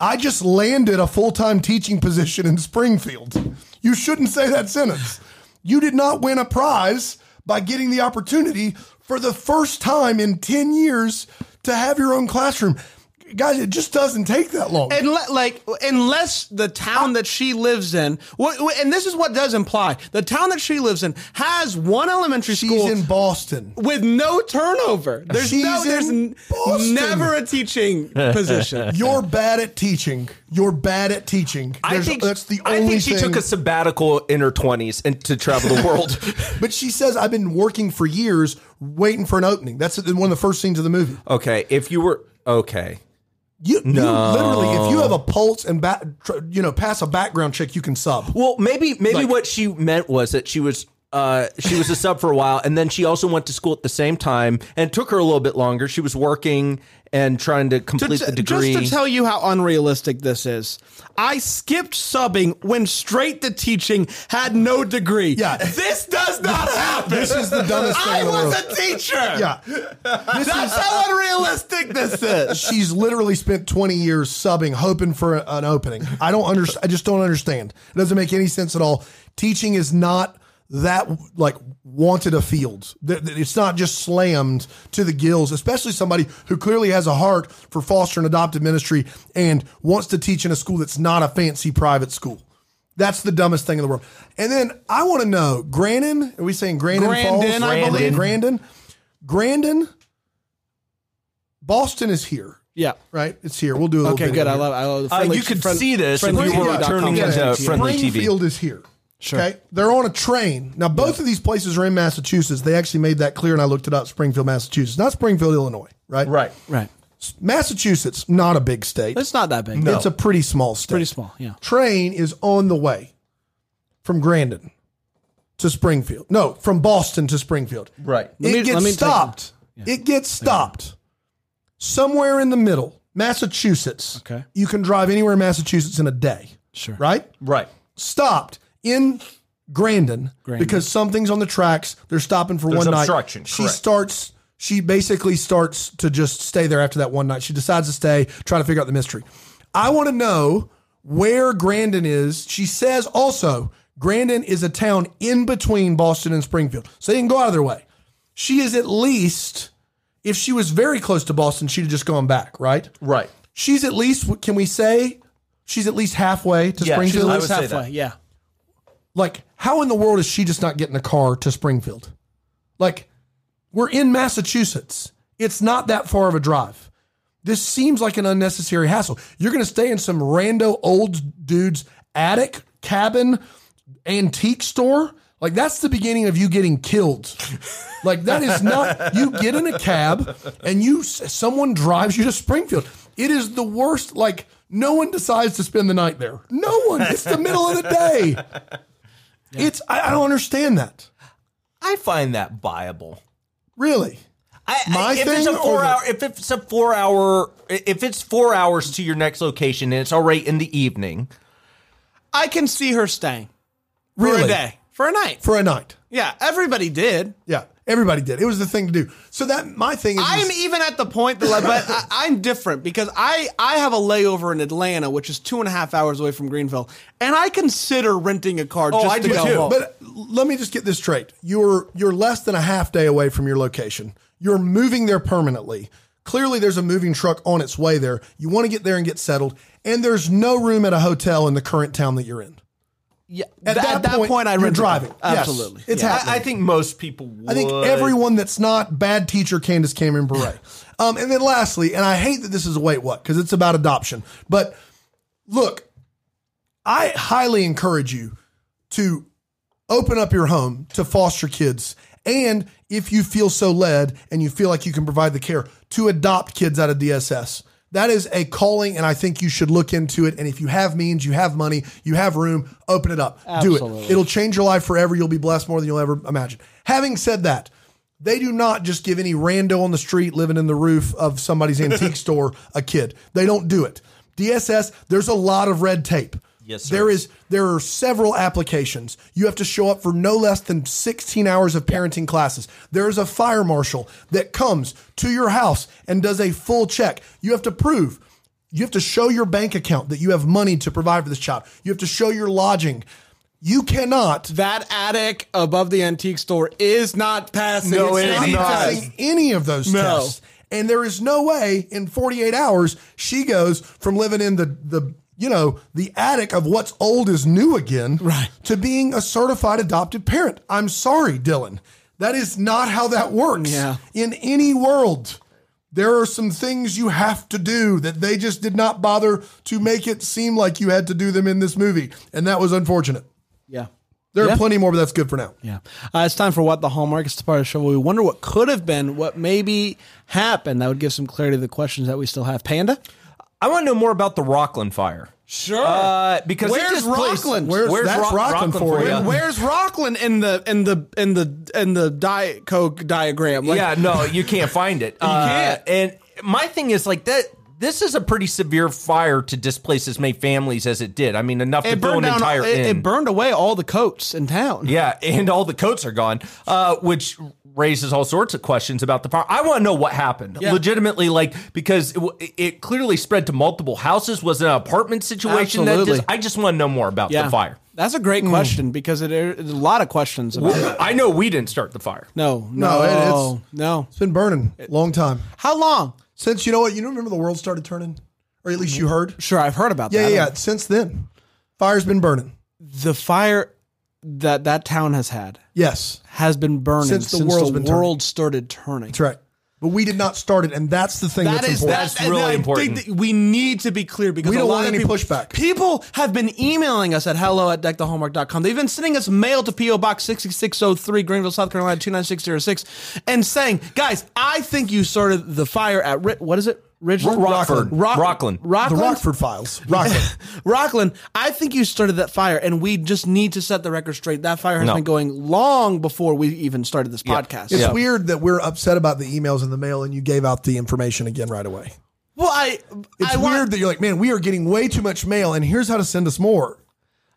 I just landed a full-time teaching position in Springfield. You shouldn't say that sentence. You did not win a prize by getting the opportunity for the first time in 10 years to have your own classroom. Guys, it just doesn't take that long. Unle- like unless the town Oh. that she lives in, wh- wh- and this is what does imply the town that she lives in has one elementary She's school in Boston. with no turnover. There's She's no, there's in n- Boston. never a teaching position. You're bad at teaching. You're bad at teaching. I There's- think that's the I only think she thing. took a sabbatical in her twenties and to travel the world. But she says, I've been working for years waiting for an opening. That's one of the first scenes of the movie. okay, if you were okay, You, you literally, if you have a pulse and ba- tr- you know pass a background check, you can sub. well maybe maybe Like- what she meant was that she was. Uh, she was a sub for a while, and then she also went to school at the same time, and it took her a little bit longer. She was working and trying to complete the Ju- degree. Just to tell you how unrealistic this is, I skipped subbing when straight to teaching had no degree. Yeah. This does not happen. This is the dumbest thing I in the was world. a teacher. Yeah, That's how unrealistic this is. she's literally spent 20 years subbing, hoping for a- an opening. I don't understand. I just don't understand. It doesn't make any sense at all. Teaching is not that like wanted a field. Th- th- It's not just slammed to the gills, especially somebody who clearly has a heart for foster and adopted ministry and wants to teach in a school that's not a fancy private school. That's the dumbest thing in the world. And then I want to know, Grandin, are we saying Grandin Grandin, Falls? I Grandin. believe. Grandin. Grandin. Boston is here Yeah. right? It's here. We'll do a little Okay, bit good. of I it. love. I love. Uh, friendly- you could friend- see this if friendly- you were yeah, turning yeah. into friendly TV. Springfield is here. Okay, they're on a train now. Both of these places are in Massachusetts. They actually made that clear, and I looked it up. Springfield, Massachusetts, not Springfield, Illinois. Right? right, Right. Massachusetts, not a big state. It's not that big. It's a pretty small state. pretty small. Yeah. Train is on the way from Grandin to Springfield. No, from Boston to Springfield. right. it me- gets let me take- stopped. It gets stopped somewhere in the middle, Massachusetts. Okay. You can drive anywhere in Massachusetts in a day. Sure. Right? Right. Stopped in Grandin, because something's on the tracks. They're stopping for one night. obstruction, She correct. starts. She basically starts to just stay there after that one night. She decides to stay, try to figure out the mystery. I want to know where Grandin is. She says also Grandin is a town in between Boston and Springfield, so they didn't go out of their way. She is at least, if she was very close to Boston, she'd have just gone back, right? Right. She's at least, can we say, she's at least halfway to Yeah, she's Springfield? at I I was would say that. halfway. Uh, Yeah. like how in the world is she just not getting a car to springfield like we're in massachusetts it's not that far of a drive this seems like an unnecessary hassle you're going to stay in some rando old dude's attic cabin antique store like that's the beginning of you getting killed like that is not you get in a cab and you someone drives you to springfield it is the worst like no one decides to spend the night there no one it's the middle of the day it's I, I don't understand that. I find that viable. Really. I, My I, if it's thing a or four the- hour, if it's a four hour, if it's four hours to your next location and it's already in the evening, I can see her staying for Really. a day, for a night. For a night. yeah. Everybody did. Yeah. Everybody did. It was the thing to do. So that my thing is I'm even at the point that, like, but I, I'm different because I I have a layover in Atlanta, which is two and a half hours away from Greenville, and I consider renting a Oh, car. just I to do go too, home. but let me just get this straight. You're you're less than a half day away from your location. You're moving there permanently. Clearly there's a moving truck on its way there. You want to get there and get settled, and there's no room at a hotel in the current town that you're in. yeah, At that, point, I you're rent a car. driving. Yes. Absolutely. It's Yeah. happening. I, I think most people. Would. I think everyone that's not bad teacher Candace Cameron Bure. um, and then lastly, and I hate that this is a wait what because it's about adoption. But look, I highly encourage you to open up your home to foster kids. And if you feel so led and you feel like you can provide the care to adopt kids out of DSS, that is a calling. And I think you should look into it. And if you have means, you have money, you have room, open it up. Do it. It'll change your life forever. You'll be blessed more than you'll ever imagine. Having said that, They do not just give any rando on the street living in the roof of somebody's antique store a kid. They don't do it. DSS, there's a lot of red tape. Yes, sir. There is there are several applications. You have to show up for no less than 16 hours of parenting classes. There is a fire marshal that comes to your house and does a full check. You have to prove you have to show your bank account that you have money to provide for this child. You have to show your lodging. You cannot That attic above the antique store is not passing. No, its it is tests. not not. passing any of those No. tests. And there is no way in 48 hours she goes from living in the the you know the attic of what's old is new again Right. to being a certified adopted parent. I'm sorry, Dylan. That is not how that works. Yeah. In any world, there are some things you have to do that they just did not bother to make it seem like you had to do them in this movie. And that was unfortunate. Yeah. There are Yeah. plenty more, but that's good for now. Yeah. Uh, it's time for What the Hallmark. It's the part of the show where we wonder what could have been, what maybe happened. That would give some clarity to the questions that we still have. Panda? I want to know more about the Rockland fire. Sure. Uh, because it Where's just plays- Rockland? Where's- that's Rock- Rockland for you. ya? Where- Where's Rockland in the in the in the in the Diet Coke diagram? Like, yeah, no, you can't find it. you can't. And my thing is like that. This is a pretty severe fire to displace as many families as it did. I mean, enough to It fill an burned down. entire It, inn. it burned away all the coats in town. yeah, and all the coats are gone, uh, which raises all sorts of questions about the fire. I want to know what happened, Yeah. legitimately, like because it, w- it clearly spread to multiple houses. Was it an apartment situation? That Absolutely. just, I just want to know more about the fire. That's a great question because it, there's a lot of questions about it. I know we didn't start the fire. No, No, no, it- it's- no, no. It's been burning long time. How long? Since you know what, you remember the world started turning, or at Mm-hmm. least you heard. Sure, I've heard about Yeah, that. yeah. yeah. Since then, fire's been burning. The fire that that town has had Yes, has been burning Since since the the, world's been turning. world started turning. that's right. But we did not start it, and that's the thing that's important. That's really I think important. that we need to be clear because We don't a lot want of any people, pushback. People have been emailing us at hello at deckthehallmark.com. They've been sending us mail to PO Box 66603, Greenville, South Carolina 29606, and saying, guys, I think you started the fire at, Ri- what is it? Ridgeland? Rockford. Rock- Rockland. the Rockland. Rockford Files. Rockford. Rockland, I think you started that fire, and we just need to set the record straight. That fire has No. been going long before we even started this podcast. It's Yeah. weird that we're upset about the emails in the mail, and you gave out the information again right away. Well, I, It's I weird want, that you're like, man, we are getting way too much mail, and here's how to send us more.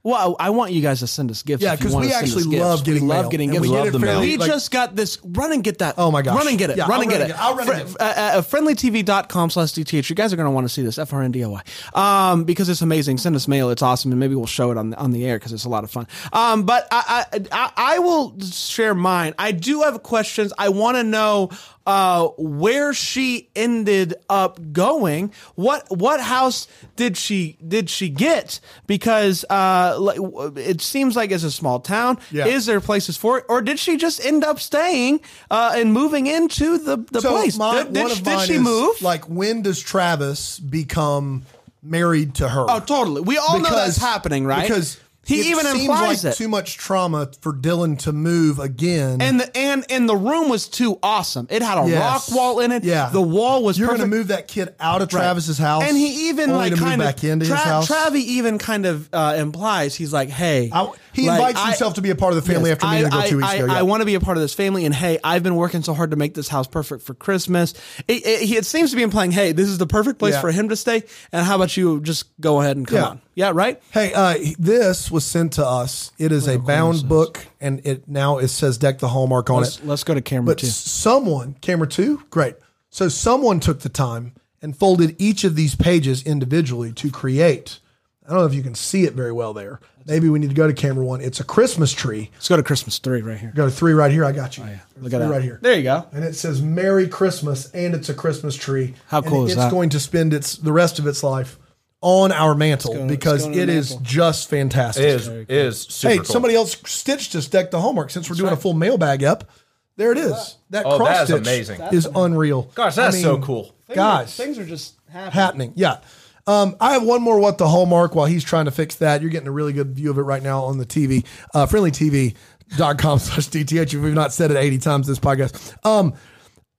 well, I want you guys to send us gifts. Yeah, if you because want we to send us actually gifts. love getting we love mail, getting and gifts. we Love get it the mail. fairly, We like- just got this. Run and get that. Oh my gosh. Run and get it. Yeah, run I'll and run get and it. get it. I'll run and Fr- get it. Uh, uh, friendlytv.com slash DTH. You guys are going to want to see this. FRNDOY. Um, because it's amazing. Send us mail. It's awesome. And maybe we'll show it on the, on the air because it's a lot of fun. Um, but I, I, I, I will share mine. I do have questions. I want to know uh, where she ended up going. What what house did she did she get? Because uh, like, w- it seems like it's a small town. Yeah. Is there places for it, or did she just end up staying uh, and moving into the the place? my- did did- one of did mine she is, move? Like, when does Travis become married to her? oh, totally. We all know that's happening, right? Because he it even seems implies like it. Too much trauma for Dylan to move again. and the and and the room was too awesome. It had a Yes. rock wall in it. Yeah. the wall was. you're going to perfect. move that kid out of Travis's house, and he even only like to move kind back of into his Tra- house. Travi even kind of uh, implies he's like, hey, I- he like, invites I- himself to be a part of the family Yes, after meeting I, the girl two weeks I, ago. I, yeah. I want to be a part of this family, and hey, I've been working so hard to make this house perfect for Christmas. It, it, he- it seems to be implying, hey, this is the perfect place Yeah. for him to stay, and how about you just go ahead and come Yeah. on? Yeah, right? Hey, uh, this was sent to us. It is a bound book, and it now it says "Deck the Hallmark" on Let's, it. let's go to camera But two. someone, camera two, great. So someone took the time and folded each of these pages individually to create. I don't know if you can see it very well there. Maybe we need to go to camera one. It's a Christmas tree. Let's go to Christmas three right here. Go to three right here. I got you. Oh, Look three at that. right here. There you go. And it says Merry Christmas, and it's a Christmas tree. How cool and is it's that? going to spend its the rest of its life on our mantle because going on it the is mantle. just fantastic. It is it is super Hey, cool. somebody else stitched us deck the homework since we're doing a full mailbag up. There it is. That Oh, cross that is stitch amazing. is unreal. Gosh, that's so cool. guys. things are just happening. happening. Yeah. Um, I have one more what the hallmark while he's trying to fix that. You're getting a really good view of it right now on the TV, uh, friendlytv.com slash DTH. If we've not said it 80 times this podcast. Um,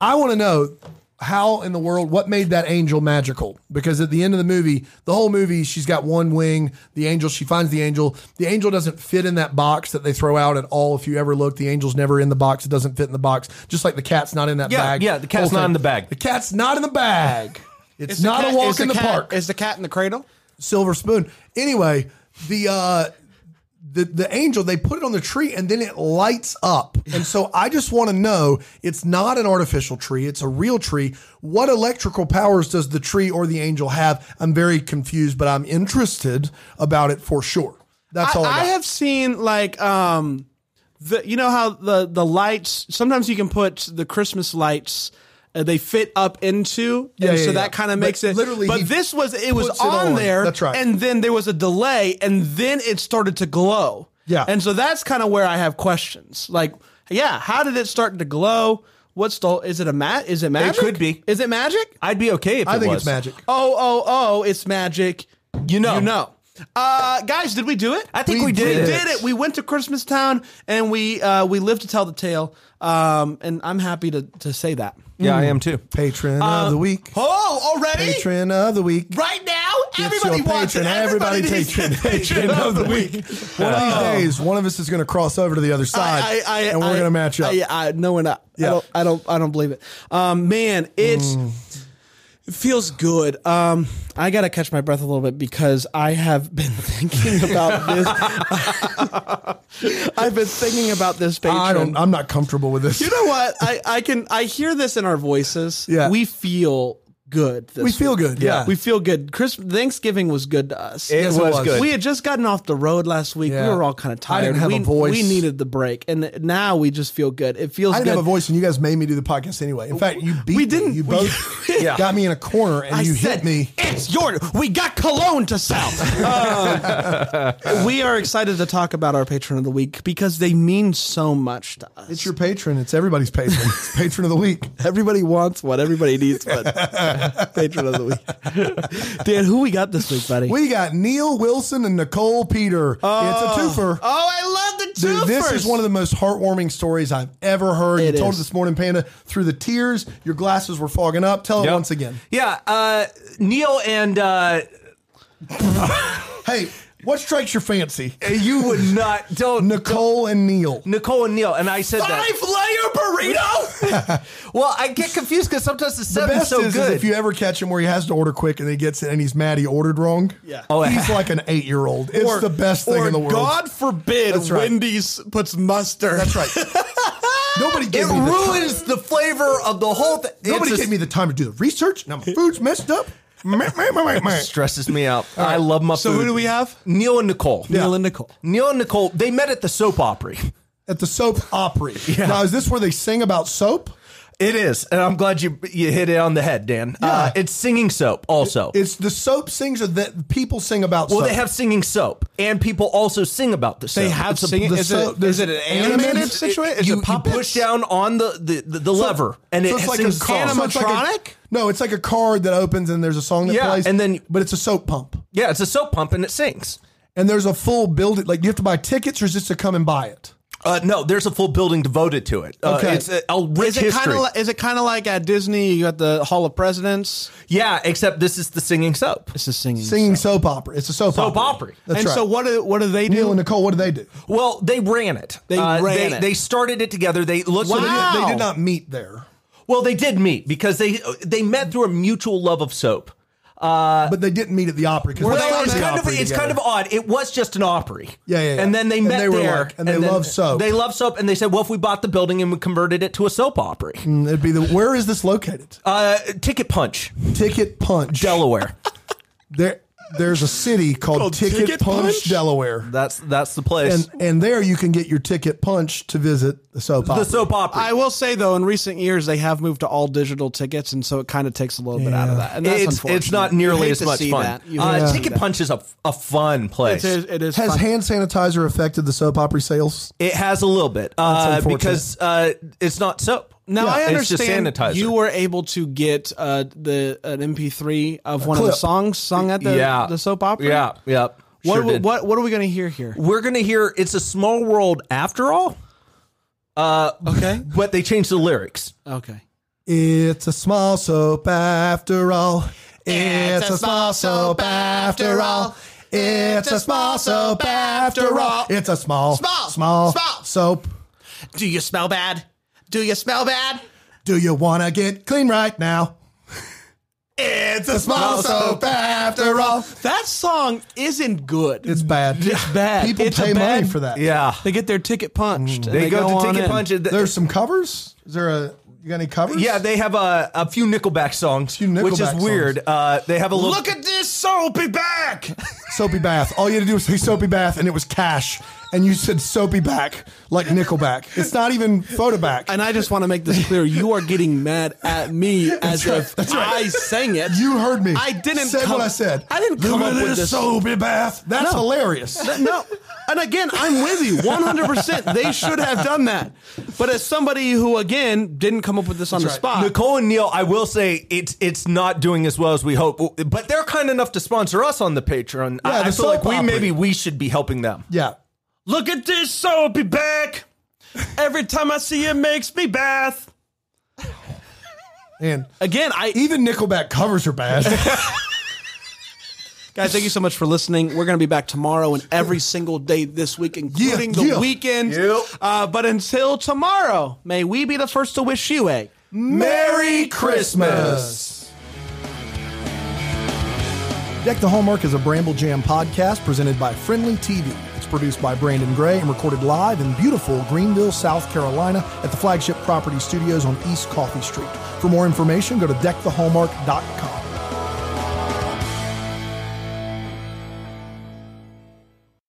I want to know how in the world what made that angel magical because at the end of the movie the whole movie she's got one wing the angel she finds the angel the angel doesn't fit in that box that they throw out at all if you ever look the angel's never in the box it doesn't fit in the box just like the cat's not in that Yeah, bag yeah, the cat's Whole not thing. in the bag. the cat's not in the bag it's, Is the not cat- a is walk in the cat- park Is the cat in the cradle? silver spoon anyway the uh the, the angel they put it on the tree and then it lights up and so i just want to know it's not an artificial tree it's a real tree what electrical powers does the tree or the angel have i'm very confused but i'm interested about it for sure that's all i, I, got. have seen like um the you know how the the lights sometimes you can put the Christmas lights uh, they fit up into Yeah, and yeah, so yeah. that kind of But makes it literally but he this was it was puts it on on. there That's right. and then there was a delay and then it started to glow Yeah. and so that's kind of where I have questions like yeah how did it start to glow what's the is it a mat is it magic could be. is it magic I'd be okay if I it think was. it's magic oh oh oh it's magic You know. you know uh guys did we do it I think we, We did, we it. did it. We went to Christmas Town and we uh, we lived to tell the tale. Um, and I'm happy to, to say that. Yeah, I am too. patron of the week Oh, already? patron of the week Right now? It's your patron. Everybody, takes your patron of the week. One of these days, one of us is going to cross over to the other side, I, I, I, and we're I- going to match up. I, I, no, we're not. I, Yeah. Mm. don't, I don't. I don't believe it. Um, man, it's it feels good. Um, I gotta catch my breath a little bit because I have been thinking about this. I've been thinking about this patron. I don't. I'm not comfortable with this. You know what? I, I can I hear this in our voices. Yeah. We feel good. This we feel good. Yeah. We feel good. Chris Thanksgiving was good to us. It was good. We had just gotten off the road last week. Yeah. We were all kind of I tired. didn't have we, a voice. we needed the break. And now we just feel good. It feels I didn't good. have a voice, and you guys made me do the podcast anyway. In fact, you beat We me. didn't- You we- both Yeah. got me in a corner, and I you said, hit me. It's your. We got cologne to sell. Um, we are excited to talk about our patron of the week because they mean so much to us. It's your patron. It's everybody's patron. It's patron of the week. Everybody wants what everybody needs, but patron of the week. Dan, who we got this week, buddy? We got Neil Wilson and Nicole Peter. it's a twofer. oh, I love the two. Dude, this is one of the most heartwarming stories I've ever heard. It you told is. it this morning, Panda, through the tears. Your glasses were fogging up. Tell it Yep. once again. Yeah, uh, Neil and uh, Hey, what strikes your fancy? you would not don't Nicole and Neil. Nicole and Neil, and I said that. layer burrito. Well, I get confused because sometimes the The seven's best so is, is good. if you ever catch him where he has to order quick and he gets it and he's mad he ordered wrong. Yeah. Oh, he's like an eight year old. It's the best thing or in the world. God forbid That's right. Wendy's puts mustard. That's right. Nobody it gave me the time. ruins the flavor of the whole thing. Nobody It's gave me the time to do the research. Now my food's messed up. Meh, meh, meh, meh, meh. just- stresses me out. I love my So food. who do we have? Neil and Nicole. Neil and Nicole. Neil and Nicole. They met at the soap opera. At the soap opera. Now is this where they sing about soap? It is, and I'm glad you you hit it on the head, Dan. Uh, it's singing soap also. It's the soap sings or that people sing about well, soap. they have singing soap, and people also sing about the soap. They have It's a- singing. the Is so- it, is it an animated- animated situation? Is you, it you puppets? push down on the the, the, the lever, and it So it's like a sings car. So songs. it's like a- Animatronic? no, it's like a card that opens and there's a song that Yeah, plays. and then- but it's a soap pump. yeah, it's a soap pump, and it sings. And there's a full building. Like, do you have to buy tickets or is this to come and buy it? Uh, no, there's a full building devoted to it. Uh, Okay. it's a, a rich Is it kind history. of is it kind of like at Disney? You got the Hall of Presidents. yeah, except this is the singing soap. It's a singing. Singing soap opera. It's a soap, Soap opera. opera. That's and right. so what do what do they do? Neil and Nicole, what do they do? Well, they ran it. Uh, They ran they, it. They started it together. They looked. So they, Wow. did, they did not meet there, Well, they did meet because they they met through a mutual love of soap. but they didn't meet at the opera because Well, it's kind of it's kind of odd. It was just an opera. Yeah, yeah, yeah. And then they And met they were there, like- and they then love soap. They love soap, and they said, "Well, if we bought the building and we converted it to a soap opera, Mm. It'd be the where is this located? uh, Ticket Punch, Ticket Punch, Delaware. There, there's a city called, Ticket, Ticket Punch, Punch? Delaware, that's that's the place. and and there you can get your Ticket Punch to visit the soap opera. the soap opera. I will say though, in recent years they have moved to all digital tickets, and so it kind of takes a little bit out of that. And that's it's unfortunate. it's not You nearly hate as to much see fun. that. You hate to Uh, see Ticket that. Punch is a, a fun place. It is. It is. Has fun. hand sanitizer affected the soap opera sales? It has a little bit uh, unfortunate. because uh, it's not soap. Now I It's just understand sanitizer. you were able to get uh, the an MP3 of one of the clip. songs sung at the yeah, the soap opera. Yeah, yeah. What Sure what, did. what what are we gonna hear here? We're gonna hear "It's a Small World" after all. Uh, Okay. but they changed the lyrics. Okay. It's a small soap after all. It's a small soap after all. It's a small soap after all. It's a small, Small, small, small. soap. Do you smell bad? Do you smell bad? Do you want to get clean right now? It's a Small soap after all. That song isn't good. It's bad. It's bad. People It's a pay bad- money for that. Yeah. they get their ticket punched. and They, go, on to ticket in. punches. There's some covers. Is there a? You got any covers? yeah, they have a, a few Nickelback songs, Few Nickelback which is songs. weird. Uh, they have a little. Look at this soapy back. Soapy bath. All you had to do was say soapy bath, and it was cash. And you said soapy back, like Nickelback. It's not even photoback. And I just want to make this clear: you are getting mad at me as if I sang it. You heard me. I didn't Said come- what I said. I didn't come Look up at with this, this. soapy bath. That's No. hilarious. Th- no. And again, I'm with you 100%. They should have done that. But as somebody who, again, didn't come up with this on the spot, Nicole and Neil, I will say it's it's not doing as well as we hope, but they're kind enough to sponsor us on the Patreon. I, Yeah, I the feel like soap we opera. maybe we should be helping them. Yeah. look at this soapy back. Every time I see it makes me bath. And Again, I even Nickelback covers are bad. guys, thank you so much for listening. We're going to be back tomorrow and every single day this week, including the yeah. weekend. Yep. Uh, but until tomorrow, may we be the first to wish you a Merry Christmas. Deck the Hallmark is a Bramble Jam podcast presented by Friendly TV. It's produced by Brandon Gray and recorded live in beautiful Greenville, South Carolina at the flagship property studios on East Coffee Street. For more information, go to deckthehallmark.com.